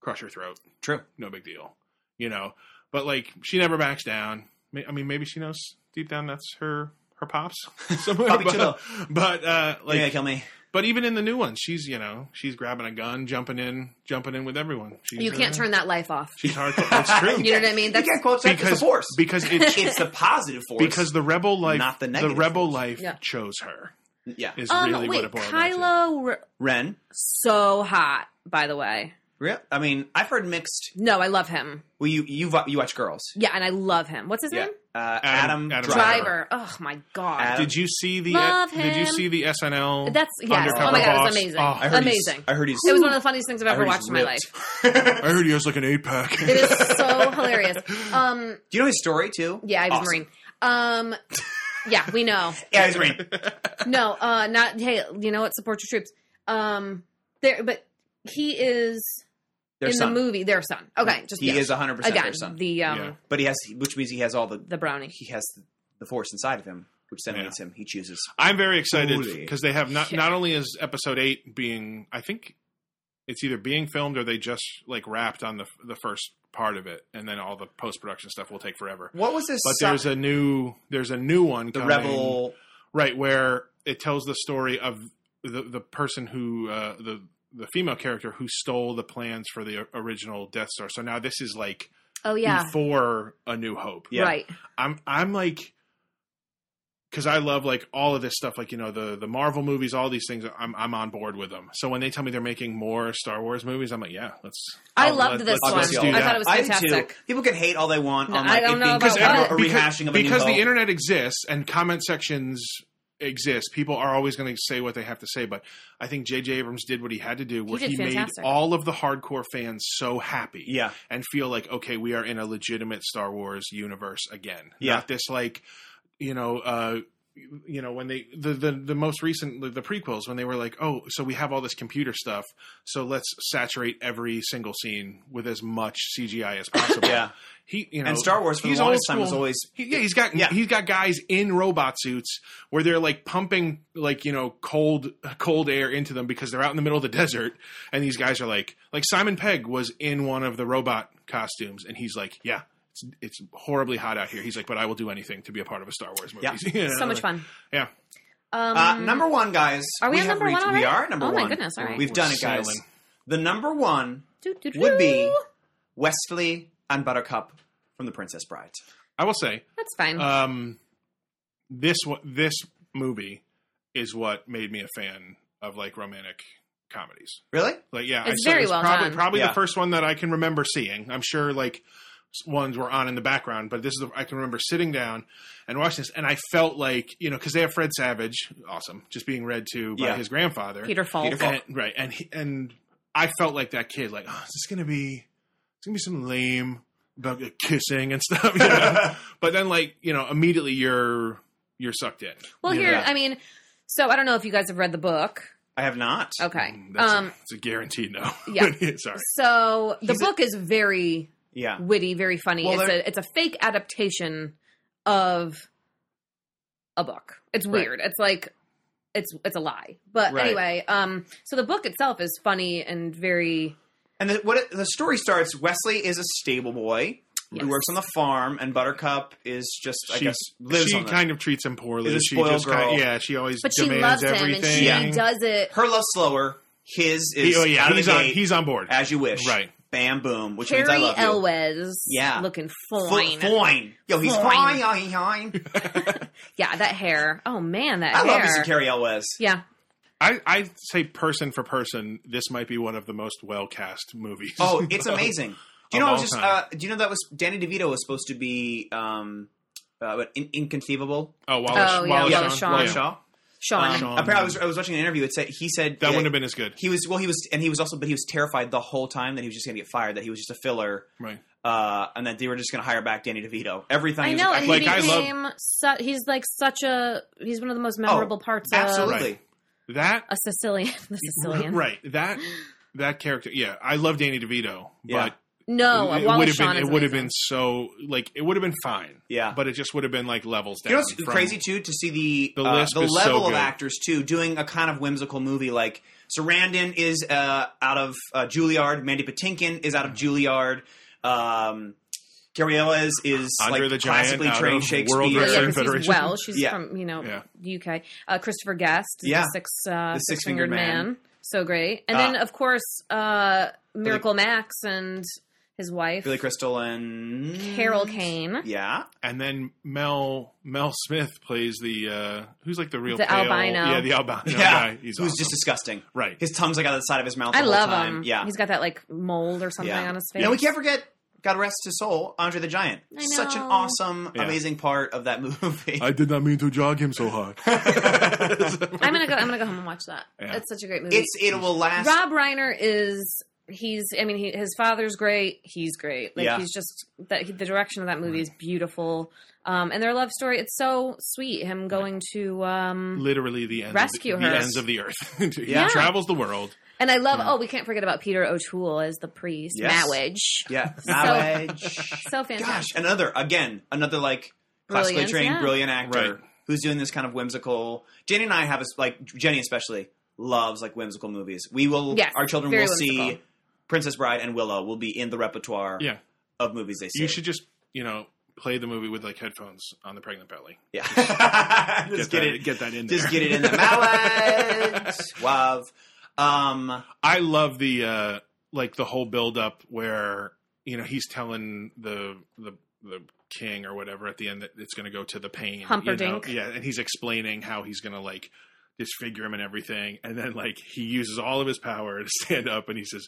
[SPEAKER 6] crush her throat,
[SPEAKER 2] True.
[SPEAKER 6] no big deal, you know. But like she never backs down. Ma- I mean, maybe she knows deep down that's her her pops somewhere,
[SPEAKER 2] Probably
[SPEAKER 6] but, but uh, like
[SPEAKER 2] Like, yeah, kill me.
[SPEAKER 6] but even in the new one, she's you know she's grabbing a gun, jumping in, jumping in with everyone. She's,
[SPEAKER 1] you can't
[SPEAKER 6] uh,
[SPEAKER 1] turn that life off.
[SPEAKER 6] She's hard. It's true
[SPEAKER 1] You know what I mean?
[SPEAKER 2] You
[SPEAKER 1] That's
[SPEAKER 2] can't quote that. It's
[SPEAKER 6] because
[SPEAKER 2] the force.
[SPEAKER 6] because it,
[SPEAKER 2] it's the positive force.
[SPEAKER 6] because the rebel life
[SPEAKER 2] Not the
[SPEAKER 6] the
[SPEAKER 2] negative
[SPEAKER 6] rebel
[SPEAKER 2] force.
[SPEAKER 6] life
[SPEAKER 1] Yeah.
[SPEAKER 6] chose her
[SPEAKER 2] yeah,
[SPEAKER 6] is
[SPEAKER 1] um.
[SPEAKER 6] really what
[SPEAKER 1] wait,
[SPEAKER 6] it boiled down to.
[SPEAKER 1] Kylo, Re-
[SPEAKER 2] Ren.
[SPEAKER 1] so hot. By the way,
[SPEAKER 2] Real? I mean, I've heard mixed.
[SPEAKER 1] no, I love him.
[SPEAKER 2] Well, you you you watch Girls?
[SPEAKER 1] Yeah, and I love him. What's his
[SPEAKER 2] Yeah.
[SPEAKER 1] name?
[SPEAKER 2] Uh,
[SPEAKER 6] Adam-
[SPEAKER 2] Adam,
[SPEAKER 6] Adam
[SPEAKER 2] Driver.
[SPEAKER 1] Driver. Oh my god.
[SPEAKER 2] Adam-
[SPEAKER 6] Did you see the
[SPEAKER 1] Love
[SPEAKER 6] Did you
[SPEAKER 1] him.
[SPEAKER 6] see the SNL?
[SPEAKER 1] That's yes.
[SPEAKER 6] Undercover
[SPEAKER 1] Oh my god, it
[SPEAKER 6] Boss.
[SPEAKER 1] was amazing.
[SPEAKER 6] Oh,
[SPEAKER 2] I heard he's-
[SPEAKER 1] amazing.
[SPEAKER 2] I heard he's.
[SPEAKER 1] It was one of the funniest things I've
[SPEAKER 2] I
[SPEAKER 1] ever
[SPEAKER 2] heard
[SPEAKER 1] watched
[SPEAKER 2] he's
[SPEAKER 1] in my life.
[SPEAKER 2] ripped.
[SPEAKER 6] I heard he has like an eight pack.
[SPEAKER 1] It is so hilarious. Um,
[SPEAKER 2] Do you know his story too?
[SPEAKER 1] yeah, I was
[SPEAKER 2] Awesome.
[SPEAKER 1] Marine. Um, yeah, we know.
[SPEAKER 2] Yeah, he's Marine.
[SPEAKER 1] No, uh, not. Hey, you know what? Support your troops. Um, there, but he is
[SPEAKER 2] Their
[SPEAKER 1] in
[SPEAKER 2] son.
[SPEAKER 1] the movie their son. Okay, just
[SPEAKER 2] he
[SPEAKER 1] yeah.
[SPEAKER 2] is hundred percent
[SPEAKER 1] again
[SPEAKER 2] their son.
[SPEAKER 1] the um
[SPEAKER 6] Yeah.
[SPEAKER 2] but he has, which means he has all the
[SPEAKER 1] the brownie.
[SPEAKER 2] he has the force inside of him, which then
[SPEAKER 6] Yeah.
[SPEAKER 2] leads him. He chooses.
[SPEAKER 6] I'm very excited
[SPEAKER 2] Holy.
[SPEAKER 6] because they have not
[SPEAKER 1] Yeah.
[SPEAKER 6] not only is episode eight being I think it's either being filmed or they just like wrapped on the the first part of it, and then all the post production stuff will take forever.
[SPEAKER 2] What was this?
[SPEAKER 6] But there's a new there's a new one
[SPEAKER 2] the
[SPEAKER 6] coming,
[SPEAKER 2] rebel.
[SPEAKER 6] right where it tells the story of the the person who uh, the the female character who stole the plans for the original Death Star. So now this is like
[SPEAKER 1] Oh yeah,
[SPEAKER 6] before A New Hope.
[SPEAKER 2] Yeah.
[SPEAKER 1] right.
[SPEAKER 6] I'm I'm like because I love like all of this stuff, like you know the the Marvel movies, all these things. I'm I'm on board with them. So when they tell me they're making more Star Wars movies, I'm like, yeah, let's.
[SPEAKER 1] I
[SPEAKER 6] I'll-
[SPEAKER 1] loved this
[SPEAKER 2] let's
[SPEAKER 1] one.
[SPEAKER 2] do
[SPEAKER 1] I
[SPEAKER 2] that.
[SPEAKER 1] thought it was
[SPEAKER 2] I do
[SPEAKER 1] fantastic.
[SPEAKER 2] too. People can hate all they want
[SPEAKER 1] No,
[SPEAKER 2] on like
[SPEAKER 1] I don't
[SPEAKER 2] it
[SPEAKER 1] know
[SPEAKER 2] being
[SPEAKER 1] about
[SPEAKER 2] just a
[SPEAKER 1] that.
[SPEAKER 2] a rehashing of a
[SPEAKER 6] because
[SPEAKER 2] new
[SPEAKER 6] the
[SPEAKER 2] hope.
[SPEAKER 6] internet exists and comment sections exist. People are always going to say what they have to say, but I think J.J. Abrams did what he had to do, where
[SPEAKER 1] did
[SPEAKER 6] he made
[SPEAKER 1] fantastic.
[SPEAKER 6] all of the hardcore fans so happy,
[SPEAKER 2] Yeah.
[SPEAKER 6] and feel like okay, we are in a legitimate Star Wars universe again,
[SPEAKER 2] Yeah.
[SPEAKER 6] not this like you know. uh you know when they the, the the most recent the, the prequels when they were like oh so we have all this computer stuff so let's saturate every single scene with as much CGI as possible
[SPEAKER 2] Yeah.
[SPEAKER 6] he you know
[SPEAKER 2] And Star Wars for the
[SPEAKER 6] he's old
[SPEAKER 2] longest time was
[SPEAKER 6] school.
[SPEAKER 2] always
[SPEAKER 6] He- yeah, he's got
[SPEAKER 2] Yeah.
[SPEAKER 6] he's got guys in robot suits where they're like pumping like you know cold cold air into them because they're out in the middle of the desert, and these guys are like like Simon Pegg was in one of the robot costumes, and he's like, yeah, it's it's horribly hot out here. He's like, but I will do anything to be a part of a Star Wars movie.
[SPEAKER 2] Yeah.
[SPEAKER 6] You know,
[SPEAKER 1] so much
[SPEAKER 6] like-
[SPEAKER 1] fun.
[SPEAKER 6] Yeah,
[SPEAKER 1] Um,
[SPEAKER 2] Uh, number one, guys.
[SPEAKER 1] Are we
[SPEAKER 2] we
[SPEAKER 1] on
[SPEAKER 2] have
[SPEAKER 1] number one
[SPEAKER 2] We
[SPEAKER 1] already?
[SPEAKER 2] are at number
[SPEAKER 1] Oh
[SPEAKER 2] one.
[SPEAKER 1] my goodness, all right.
[SPEAKER 2] We've
[SPEAKER 6] We're
[SPEAKER 2] done it, guys.
[SPEAKER 6] sailing.
[SPEAKER 2] The number one
[SPEAKER 1] doo, doo, doo,
[SPEAKER 2] would be
[SPEAKER 1] doo.
[SPEAKER 2] Wesley and Buttercup from The Princess Bride.
[SPEAKER 6] I will say
[SPEAKER 1] That's fine.
[SPEAKER 2] Uh,
[SPEAKER 6] um, this one- this movie is what made me a fan of like romantic comedies.
[SPEAKER 2] Really?
[SPEAKER 6] Like yeah,
[SPEAKER 1] It's
[SPEAKER 6] saw-
[SPEAKER 1] very well
[SPEAKER 6] probably,
[SPEAKER 1] done.
[SPEAKER 6] Probably
[SPEAKER 2] Yeah.
[SPEAKER 6] the first one that I can remember seeing. I'm sure like s- ones were on in the background, but this is the, I can remember sitting down and watching this, and I felt like you know because they have Fred Savage, awesome, just being read to by
[SPEAKER 2] Yeah.
[SPEAKER 6] his grandfather,
[SPEAKER 1] Peter Falk.
[SPEAKER 2] Peter Falk.
[SPEAKER 6] and, right? And he, and I felt like that kid, like oh, is this gonna be it's gonna be some lame about uh, kissing and stuff, you know? but then like you know immediately you're you're sucked in.
[SPEAKER 1] Well,
[SPEAKER 6] you know?
[SPEAKER 1] here,
[SPEAKER 2] Yeah.
[SPEAKER 1] I mean, so I don't know if you guys have read the book.
[SPEAKER 2] I have not.
[SPEAKER 1] Okay.
[SPEAKER 6] Mm, that's,
[SPEAKER 1] Um,
[SPEAKER 6] a, it's a guaranteed no.
[SPEAKER 1] yeah.
[SPEAKER 6] sorry.
[SPEAKER 1] so the
[SPEAKER 2] He's a-
[SPEAKER 1] book is very
[SPEAKER 2] Yeah.
[SPEAKER 1] witty, very funny.
[SPEAKER 2] Well,
[SPEAKER 1] it's
[SPEAKER 2] there-
[SPEAKER 1] a it's a fake adaptation of a book. It's
[SPEAKER 6] Right.
[SPEAKER 1] weird. It's like it's it's a lie. But
[SPEAKER 2] Right.
[SPEAKER 1] anyway, um so the book itself is funny and very
[SPEAKER 2] And the, what it, the story starts Wesley is a stable boy
[SPEAKER 1] Yes.
[SPEAKER 2] who works on the farm, and Buttercup is just, I
[SPEAKER 6] She-
[SPEAKER 2] guess, lives
[SPEAKER 6] she
[SPEAKER 2] on the-
[SPEAKER 6] kind of treats him poorly.
[SPEAKER 2] Is a
[SPEAKER 6] she
[SPEAKER 2] spoiled
[SPEAKER 6] just kind
[SPEAKER 2] girl.
[SPEAKER 6] of, yeah, she always
[SPEAKER 1] but she loves
[SPEAKER 6] demands
[SPEAKER 1] him
[SPEAKER 6] everything.
[SPEAKER 1] and she
[SPEAKER 2] Yeah.
[SPEAKER 1] does it
[SPEAKER 2] Her love's slower. His is
[SPEAKER 6] He- oh yeah,
[SPEAKER 2] out of
[SPEAKER 6] he's
[SPEAKER 2] the
[SPEAKER 6] on
[SPEAKER 2] gate,
[SPEAKER 6] he's on board.
[SPEAKER 2] as you wish.
[SPEAKER 6] Right.
[SPEAKER 2] Bam, boom, which means I
[SPEAKER 1] Carrie
[SPEAKER 2] love you.
[SPEAKER 1] Elwes
[SPEAKER 2] Yeah.
[SPEAKER 1] looking
[SPEAKER 2] Fo-
[SPEAKER 1] fine.
[SPEAKER 2] Foyne. Yo, he's
[SPEAKER 1] Foyne.
[SPEAKER 2] fine. Oh, he fine.
[SPEAKER 1] Yeah, that hair. Oh man, that
[SPEAKER 2] I
[SPEAKER 1] hair.
[SPEAKER 2] love Mr. Carrie Elwes.
[SPEAKER 1] yeah.
[SPEAKER 6] I I say person for person, this might be one of the most well cast movies.
[SPEAKER 2] Oh, it's amazing. Do you know?
[SPEAKER 6] Of
[SPEAKER 2] I was
[SPEAKER 6] all
[SPEAKER 2] just. Uh,
[SPEAKER 6] time.
[SPEAKER 2] do you know that was Danny DeVito was supposed to be um, uh, what, in- inconceivable?
[SPEAKER 6] oh Wallace,
[SPEAKER 1] Oh, yeah,
[SPEAKER 6] Wallace,
[SPEAKER 1] Wallace Shawn.
[SPEAKER 6] Shawn. Yeah.
[SPEAKER 2] Shaw.
[SPEAKER 1] Sean.
[SPEAKER 2] Um,
[SPEAKER 6] Shawn.
[SPEAKER 2] apparently, I was, I was watching an interview. It said he said
[SPEAKER 6] That
[SPEAKER 2] uh,
[SPEAKER 6] wouldn't have been as good,
[SPEAKER 2] He was well. He was, and he was also, but he was terrified the whole time that he was just going to get fired. That he was just a filler,
[SPEAKER 6] right?
[SPEAKER 2] uh, and that they were just going to hire back Danny DeVito. Everything.
[SPEAKER 1] I
[SPEAKER 2] he was
[SPEAKER 1] know,
[SPEAKER 2] like,
[SPEAKER 1] and
[SPEAKER 6] Like,
[SPEAKER 1] he
[SPEAKER 6] I love-
[SPEAKER 1] became su- he's like such a he's one of the most memorable parts of
[SPEAKER 2] Oh, absolutely.
[SPEAKER 6] That
[SPEAKER 1] a Sicilian. The Sicilian.
[SPEAKER 6] right that that character. Yeah, I love Danny DeVito,
[SPEAKER 2] Yeah.
[SPEAKER 6] but
[SPEAKER 1] No,
[SPEAKER 6] it, would
[SPEAKER 1] Oh, Wallace
[SPEAKER 6] have
[SPEAKER 1] Shawn
[SPEAKER 6] been
[SPEAKER 1] is
[SPEAKER 6] it would have
[SPEAKER 1] amazing.
[SPEAKER 6] been so like it would have been fine,
[SPEAKER 2] Yeah.
[SPEAKER 6] but it just would have been like levels down.
[SPEAKER 2] You know what's
[SPEAKER 6] from-
[SPEAKER 2] crazy too to see the
[SPEAKER 6] The
[SPEAKER 2] uh,
[SPEAKER 6] Lisp
[SPEAKER 2] the
[SPEAKER 6] is so
[SPEAKER 2] level of
[SPEAKER 6] good.
[SPEAKER 2] actors too doing a kind of whimsical movie like Sarandon is uh, out of uh, Juilliard, Mandy Patinkin is out of Juilliard, um, Carrie Ellis is
[SPEAKER 6] Andre
[SPEAKER 2] like
[SPEAKER 6] the Giant
[SPEAKER 2] classically
[SPEAKER 6] out
[SPEAKER 2] trained
[SPEAKER 6] of
[SPEAKER 2] Shakespeare.
[SPEAKER 6] World
[SPEAKER 1] Well,
[SPEAKER 6] Wrestling
[SPEAKER 1] yeah, 'cause he's
[SPEAKER 6] Federation.
[SPEAKER 1] Welsh. He's
[SPEAKER 2] Yeah.
[SPEAKER 1] from you know
[SPEAKER 6] Yeah.
[SPEAKER 1] the UK. Uh, Christopher Guest, is
[SPEAKER 2] Yeah.
[SPEAKER 1] the six uh,
[SPEAKER 2] The
[SPEAKER 1] six fingered
[SPEAKER 2] Six-Fingered Man.
[SPEAKER 1] man. so great. And
[SPEAKER 2] Uh,
[SPEAKER 1] then of course uh, Miracle Max and his wife
[SPEAKER 2] Billy Crystal and
[SPEAKER 1] Carol Kane,
[SPEAKER 2] Mm. Yeah,
[SPEAKER 6] and then Mel Mel Smith plays the uh who's like the real
[SPEAKER 1] The
[SPEAKER 6] pale-
[SPEAKER 1] albino.
[SPEAKER 6] yeah the albino
[SPEAKER 2] yeah,
[SPEAKER 6] guy he's
[SPEAKER 2] who's
[SPEAKER 6] awesome.
[SPEAKER 2] just disgusting.
[SPEAKER 6] right
[SPEAKER 2] His tongue's like out of the side of his mouth. The
[SPEAKER 1] I
[SPEAKER 2] whole
[SPEAKER 1] love
[SPEAKER 2] time.
[SPEAKER 1] him.
[SPEAKER 2] Yeah,
[SPEAKER 1] he's got that like mold or something
[SPEAKER 2] Yeah.
[SPEAKER 1] on his face.
[SPEAKER 2] no, we can't forget. God rest his soul, Andre the Giant.
[SPEAKER 1] I
[SPEAKER 2] Such an
[SPEAKER 1] know.
[SPEAKER 2] awesome,
[SPEAKER 6] Yeah.
[SPEAKER 2] amazing part of that movie.
[SPEAKER 6] I did not mean to jog him so hard
[SPEAKER 1] I'm gonna go. I'm gonna go home and watch that.
[SPEAKER 6] Yeah.
[SPEAKER 1] It's such a great movie.
[SPEAKER 2] it's it will last.
[SPEAKER 1] Rob Reiner is he's I mean he, his father's great he's great like
[SPEAKER 2] Yeah.
[SPEAKER 1] he's just that the direction of that movie is beautiful um and their love story it's so sweet him going to um
[SPEAKER 6] literally the ends
[SPEAKER 1] Rescue
[SPEAKER 6] of the,
[SPEAKER 1] her.
[SPEAKER 6] the ends of the earth he
[SPEAKER 2] Yeah.
[SPEAKER 6] travels the world
[SPEAKER 1] and I love oh we can't forget about Peter O'Toole as the priest
[SPEAKER 2] Yes.
[SPEAKER 1] Mowage
[SPEAKER 2] Yeah, knowledge.
[SPEAKER 1] so
[SPEAKER 2] Gosh,
[SPEAKER 1] fantastic
[SPEAKER 2] another again, another like classically
[SPEAKER 1] Brilliance,
[SPEAKER 2] trained
[SPEAKER 1] yeah.
[SPEAKER 2] brilliant actor
[SPEAKER 6] Right.
[SPEAKER 2] who's doing this kind of whimsical. Jenny and I have a, s- like Jenny especially loves like whimsical movies. We will
[SPEAKER 1] Yes,
[SPEAKER 2] our children will
[SPEAKER 1] very
[SPEAKER 2] see
[SPEAKER 1] whimsical.
[SPEAKER 2] Princess Bride and Willow will be in the repertoire
[SPEAKER 6] yeah
[SPEAKER 2] of movies they see.
[SPEAKER 6] you should just you know play the movie with like headphones on the pregnant belly
[SPEAKER 2] yeah. just get,
[SPEAKER 6] that,
[SPEAKER 2] it
[SPEAKER 6] get that in there
[SPEAKER 2] just get it in the mallet. Wow. Um
[SPEAKER 6] I love the uh like the whole build up where you know he's telling the the the king or whatever at the end that it's going to go to the pain. you know?
[SPEAKER 1] Humperdinck.
[SPEAKER 6] Yeah, and he's explaining how he's going to like disfigure him and everything, and then like he uses all of his power to stand up, and he says,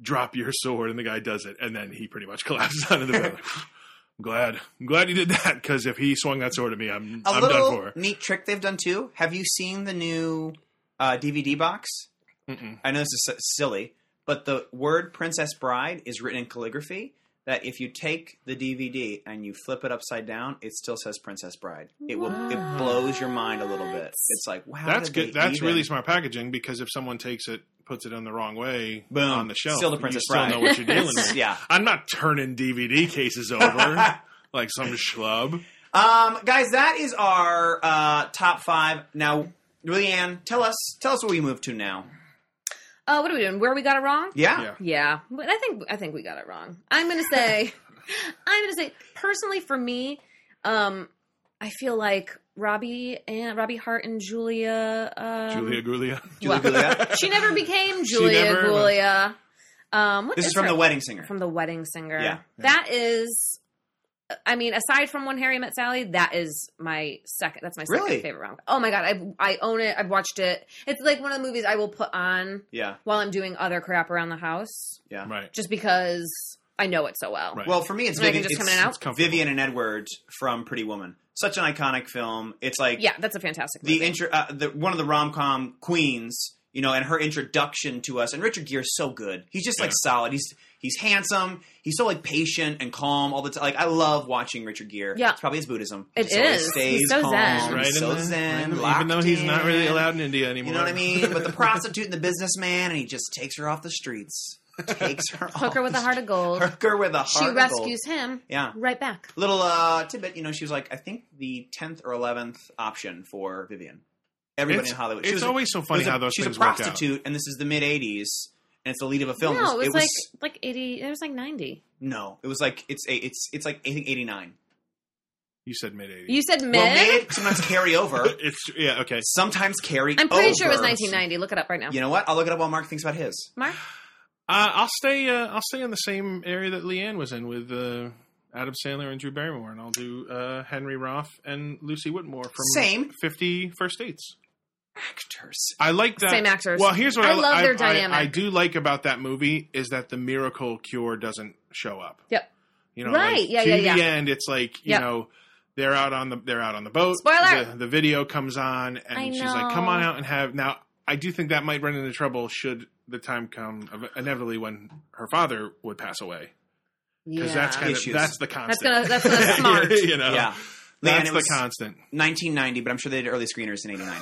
[SPEAKER 6] "Drop your sword," and the guy does it, and then he pretty much collapses onto the bed. Like, I'm glad, I'm glad you did that because if he swung that sword at me, I'm
[SPEAKER 2] A
[SPEAKER 6] I'm
[SPEAKER 2] little
[SPEAKER 6] done for.
[SPEAKER 2] neat trick they've done too. Have you seen the new uh, DVD box?
[SPEAKER 6] Mm-mm.
[SPEAKER 2] I know this is s- silly, but the word Princess Bride is written in calligraphy. That if you take the DVD and you flip it upside down, it still says Princess Bride. It will it
[SPEAKER 1] What?
[SPEAKER 2] blows your mind a little bit. It's like wow,
[SPEAKER 6] That's good. That's really smart packaging because if someone takes it, puts it in the wrong way
[SPEAKER 2] Boom.
[SPEAKER 6] on the shelf,
[SPEAKER 2] Still the
[SPEAKER 6] you
[SPEAKER 2] Princess
[SPEAKER 6] still
[SPEAKER 2] Bride.
[SPEAKER 6] know what you're dealing with.
[SPEAKER 2] yeah.
[SPEAKER 6] I'm not turning DVD cases over like some schlub.
[SPEAKER 2] Um, guys, that is our uh, top five. Now, Leanne, tell us tell us what we move to now.
[SPEAKER 1] Oh, what are we doing? Where we got it wrong?
[SPEAKER 2] Yeah,
[SPEAKER 6] Yeah.
[SPEAKER 1] Yeah, but I think I think we got it wrong. I'm gonna say, I'm gonna say personally for me, um, I feel like Robbie and Robbie Hart and Julia, um,
[SPEAKER 6] Julia Gulia.
[SPEAKER 1] well,
[SPEAKER 2] Julia Gulia.
[SPEAKER 1] she never became
[SPEAKER 6] She
[SPEAKER 1] Julia
[SPEAKER 6] never-
[SPEAKER 1] Gulia. Um, what
[SPEAKER 2] This is from
[SPEAKER 1] her-
[SPEAKER 2] the Wedding Singer.
[SPEAKER 1] from the Wedding Singer.
[SPEAKER 2] Yeah,
[SPEAKER 6] yeah.
[SPEAKER 1] that is. I mean, aside from when Harry met Sally, that is my second. That's my second
[SPEAKER 2] Really?
[SPEAKER 1] favorite round. Oh my god, I I own it. I've watched it. It's like one of the movies I will put on
[SPEAKER 2] yeah,
[SPEAKER 1] while I'm doing other crap around the house
[SPEAKER 2] yeah.
[SPEAKER 6] Right.
[SPEAKER 1] just because I know it so well.
[SPEAKER 6] Right.
[SPEAKER 2] Well, for me, it's,
[SPEAKER 1] And I can
[SPEAKER 2] Vivian,
[SPEAKER 1] just come
[SPEAKER 2] it's-
[SPEAKER 1] in and out?
[SPEAKER 6] It's comfortable.
[SPEAKER 2] Vivian and Edward from Pretty Woman. Such an iconic film. It's like
[SPEAKER 1] Yeah, that's a fantastic movie.
[SPEAKER 2] the intro, uh, the, one of the rom com queens, you know, and her introduction to us. And Richard Gere's so good. He's just like
[SPEAKER 6] Yeah.
[SPEAKER 2] solid. He's he's handsome. He's so like patient and calm all the time. Like I love watching Richard Gere.
[SPEAKER 1] Yeah.
[SPEAKER 2] it's probably his Buddhism.
[SPEAKER 1] It
[SPEAKER 2] He always
[SPEAKER 1] is.
[SPEAKER 2] Stays
[SPEAKER 1] He's so
[SPEAKER 2] calm.
[SPEAKER 1] zen.
[SPEAKER 6] He's right in
[SPEAKER 2] He's so
[SPEAKER 6] the- right in
[SPEAKER 2] zen.
[SPEAKER 6] the- even though he's not really
[SPEAKER 2] locked in.
[SPEAKER 6] allowed in India anymore.
[SPEAKER 2] You know what I mean? But the prostitute and the businessman, and he just takes her off the streets. Takes her off.
[SPEAKER 1] Hooker with a heart of gold.
[SPEAKER 2] Hooker with a
[SPEAKER 1] she
[SPEAKER 2] heart. of gold.
[SPEAKER 1] rescues him
[SPEAKER 2] Yeah.
[SPEAKER 1] right back.
[SPEAKER 2] Little uh, tidbit, you know, she was like, I think the 10th or 11th option for Vivian. Everybody
[SPEAKER 6] It's,
[SPEAKER 2] in Hollywood. She
[SPEAKER 6] it's
[SPEAKER 2] was a-
[SPEAKER 6] always
[SPEAKER 2] she
[SPEAKER 6] so
[SPEAKER 2] was
[SPEAKER 6] funny
[SPEAKER 2] a-
[SPEAKER 6] how those
[SPEAKER 2] She's
[SPEAKER 6] things
[SPEAKER 2] a
[SPEAKER 6] work out.
[SPEAKER 2] prostitute, and this is the mid 80s, and it's the lead of a film.
[SPEAKER 1] no, it was, like like eighty. It was like ninety.
[SPEAKER 2] no, it was like, it's a, it's it's like, I think 89.
[SPEAKER 6] You said mid 80s.
[SPEAKER 1] You said mid.
[SPEAKER 2] Well, mid sometimes carry over.
[SPEAKER 6] it's yeah okay.
[SPEAKER 2] Sometimes carry
[SPEAKER 1] I'm pretty sure it was
[SPEAKER 2] over.
[SPEAKER 1] 1990. Look it up right now.
[SPEAKER 2] You know what? I'll look it up while Mark thinks about his.
[SPEAKER 1] Mark,
[SPEAKER 6] Uh, I'll stay. Uh, I'll stay in the same area that Leanne was in with uh, Adam Sandler and Drew Barrymore, and I'll do uh, Henry Roth and Lucy Whitmore from
[SPEAKER 2] Same.
[SPEAKER 6] Fifty First Dates.
[SPEAKER 2] Actors.
[SPEAKER 6] I like that.
[SPEAKER 1] Same actors.
[SPEAKER 6] Well, here's what
[SPEAKER 1] I
[SPEAKER 6] I,
[SPEAKER 1] love
[SPEAKER 6] I-
[SPEAKER 1] their
[SPEAKER 6] I-
[SPEAKER 1] dynamic.
[SPEAKER 6] I, do like about that movie is that the miracle cure doesn't show up.
[SPEAKER 1] Yep.
[SPEAKER 6] You know,
[SPEAKER 1] Right,
[SPEAKER 6] Like,
[SPEAKER 1] yeah,
[SPEAKER 6] to
[SPEAKER 1] yeah,
[SPEAKER 6] the
[SPEAKER 1] yeah.
[SPEAKER 6] end, it's like you
[SPEAKER 1] Yep.
[SPEAKER 6] know they're out on the they're out on the boat.
[SPEAKER 1] Spoiler!
[SPEAKER 6] The, the video comes on, and
[SPEAKER 1] I
[SPEAKER 6] she's like,
[SPEAKER 1] know.
[SPEAKER 6] "Come on out and have." Now, I do think that might run into trouble should the time come of- inevitably when her father would pass away
[SPEAKER 1] yeah,
[SPEAKER 6] because that's kind
[SPEAKER 2] Issues.
[SPEAKER 6] of that's the constant.
[SPEAKER 1] gonna- that's gonna smart.
[SPEAKER 6] you know,
[SPEAKER 2] yeah. Man,
[SPEAKER 6] that's
[SPEAKER 2] it
[SPEAKER 6] the
[SPEAKER 2] was
[SPEAKER 6] constant.
[SPEAKER 2] 1990, but I'm sure they did early screeners in 89.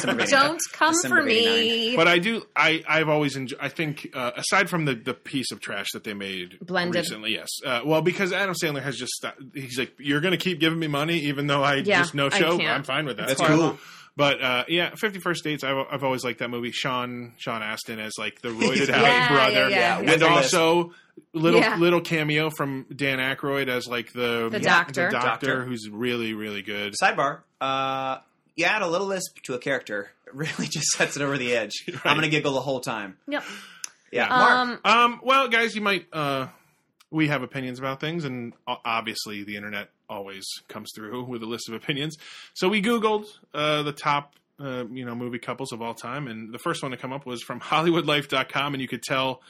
[SPEAKER 2] Some rating.
[SPEAKER 1] Don't come
[SPEAKER 2] December
[SPEAKER 1] for me.
[SPEAKER 6] But I do. I I've always enjoyed. I think uh, aside from the the piece of trash that they made
[SPEAKER 1] Blended.
[SPEAKER 6] recently, yes. Uh, well, because Adam Sandler has just sto- he's like, you're going to keep giving me money even though I
[SPEAKER 1] Yeah,
[SPEAKER 6] just no
[SPEAKER 1] I
[SPEAKER 6] show.
[SPEAKER 1] can't.
[SPEAKER 6] I'm fine with that.
[SPEAKER 2] That's cool.
[SPEAKER 6] But uh, yeah, Fifty First Dates. I've, I've always liked that movie. Sean Sean Astin as like the roided out
[SPEAKER 1] Yeah,
[SPEAKER 6] brother,
[SPEAKER 1] yeah, yeah.
[SPEAKER 2] Yeah, with
[SPEAKER 6] and
[SPEAKER 2] a
[SPEAKER 6] also little
[SPEAKER 1] Yeah.
[SPEAKER 6] little cameo from Dan Aykroyd as like the
[SPEAKER 1] The doctor.
[SPEAKER 2] Doctor.
[SPEAKER 6] who's really really good.
[SPEAKER 2] Sidebar. Uh, you add a little lisp to a character, it really just sets it over the edge. I'm gonna giggle the whole time.
[SPEAKER 1] yep.
[SPEAKER 2] Yeah, Mark.
[SPEAKER 1] Um,
[SPEAKER 6] Um, well, guys, you might uh, we have opinions about things, and o- obviously the internet always comes through with a list of opinions. So we googled uh, the top. Uh, you know, movie couples of all time, and the first one to come up was from HollywoodLife.com, and you could tell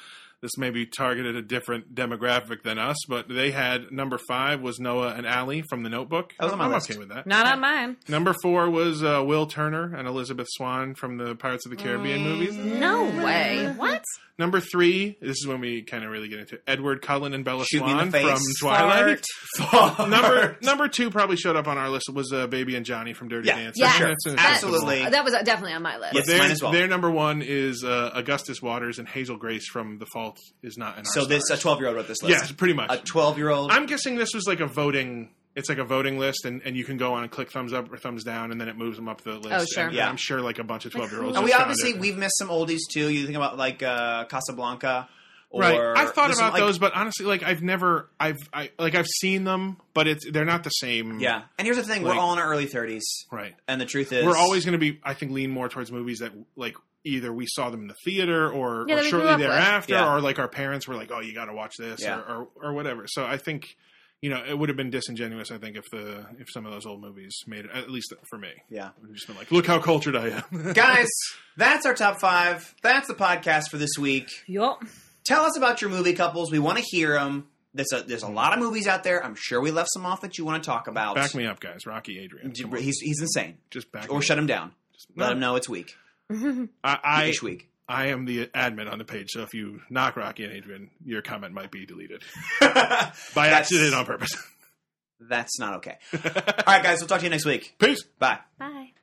[SPEAKER 6] this maybe targeted a different demographic than us, but they had number five was Noah and Allie from The Notebook.
[SPEAKER 2] That was on Oh, my
[SPEAKER 6] I'm
[SPEAKER 2] list.
[SPEAKER 6] okay with that.
[SPEAKER 1] not on mine.
[SPEAKER 6] Number four was uh, Will Turner and Elizabeth Swan from the Pirates of the Caribbean
[SPEAKER 2] Mm.
[SPEAKER 6] movies.
[SPEAKER 1] No way. What?
[SPEAKER 6] Number three, this is when we kind of really get into it, Edward Cullen and Bella
[SPEAKER 2] Shoot me in
[SPEAKER 6] Swan
[SPEAKER 2] the face.
[SPEAKER 6] from Twilight.
[SPEAKER 2] Fart. Fart.
[SPEAKER 6] number number two probably showed up on our list was uh, Baby and Johnny from Dirty
[SPEAKER 2] Yeah,
[SPEAKER 6] Dancing.
[SPEAKER 1] for
[SPEAKER 6] That's
[SPEAKER 1] sure.
[SPEAKER 6] an acceptable-
[SPEAKER 2] Absolutely.
[SPEAKER 1] That was definitely on my list.
[SPEAKER 2] Yes.
[SPEAKER 6] Their,
[SPEAKER 2] mine as well.
[SPEAKER 6] their number one is uh, Augustus Waters and Hazel Grace from The Fault is Not in Our
[SPEAKER 2] So this a
[SPEAKER 6] Stars.
[SPEAKER 2] 12 year old wrote this list.
[SPEAKER 6] yes, pretty much.
[SPEAKER 2] a 12 year old.
[SPEAKER 6] I'm guessing this was like a voting. It's like a voting list, and, and you can go on and click thumbs up or thumbs down, and then it moves them up the list.
[SPEAKER 1] Oh, sure.
[SPEAKER 6] And- and
[SPEAKER 2] Yeah.
[SPEAKER 6] I'm sure like a bunch of twelve year olds.
[SPEAKER 2] And we obviously we've missed some oldies too. You think about like uh, Casablanca. Or
[SPEAKER 6] right. I've thought
[SPEAKER 2] there's
[SPEAKER 6] about
[SPEAKER 2] some, like-
[SPEAKER 6] those, but honestly, like I've never, I've, I like I've seen them, but it's they're not the same.
[SPEAKER 2] Yeah, and here's the thing:
[SPEAKER 6] Like-
[SPEAKER 2] we're all in our early 30s,
[SPEAKER 6] Right.
[SPEAKER 2] and the truth is,
[SPEAKER 6] We're always going to be, I think, lean more towards movies that like either we saw them in the theater or,
[SPEAKER 1] Yeah,
[SPEAKER 6] or
[SPEAKER 1] that we grew
[SPEAKER 6] shortly
[SPEAKER 1] up with.
[SPEAKER 6] thereafter,
[SPEAKER 2] Yeah.
[SPEAKER 6] or like our parents were like, "Oh, you got to watch this,"
[SPEAKER 2] Yeah.
[SPEAKER 6] or, or or whatever. So I think you know, it would have been disingenuous, I think, if the if some of those old movies made it, at least for me.
[SPEAKER 2] Yeah.
[SPEAKER 6] It would have just been like, look how cultured I am.
[SPEAKER 2] Guys, that's our top five. That's the podcast for this week.
[SPEAKER 1] Yup.
[SPEAKER 2] Tell us about your movie couples. We want to hear them. There's a, there's a lot of movies out there. I'm sure we left some off that you want to talk about.
[SPEAKER 6] back me up, guys. Rocky Adrian. Come on.
[SPEAKER 2] He's, he's insane.
[SPEAKER 6] just back
[SPEAKER 2] Or
[SPEAKER 6] me
[SPEAKER 2] shut
[SPEAKER 6] up.
[SPEAKER 2] him down. Let him know it's weak.
[SPEAKER 6] I, I
[SPEAKER 2] Each week.
[SPEAKER 6] I am the admin on the page, so if you knock Rocky and Adrian, your comment might be deleted by
[SPEAKER 2] That's-
[SPEAKER 6] accident on purpose.
[SPEAKER 2] That's not okay. All right, guys. We'll talk to you next week.
[SPEAKER 6] Peace.
[SPEAKER 2] Bye.
[SPEAKER 1] Bye.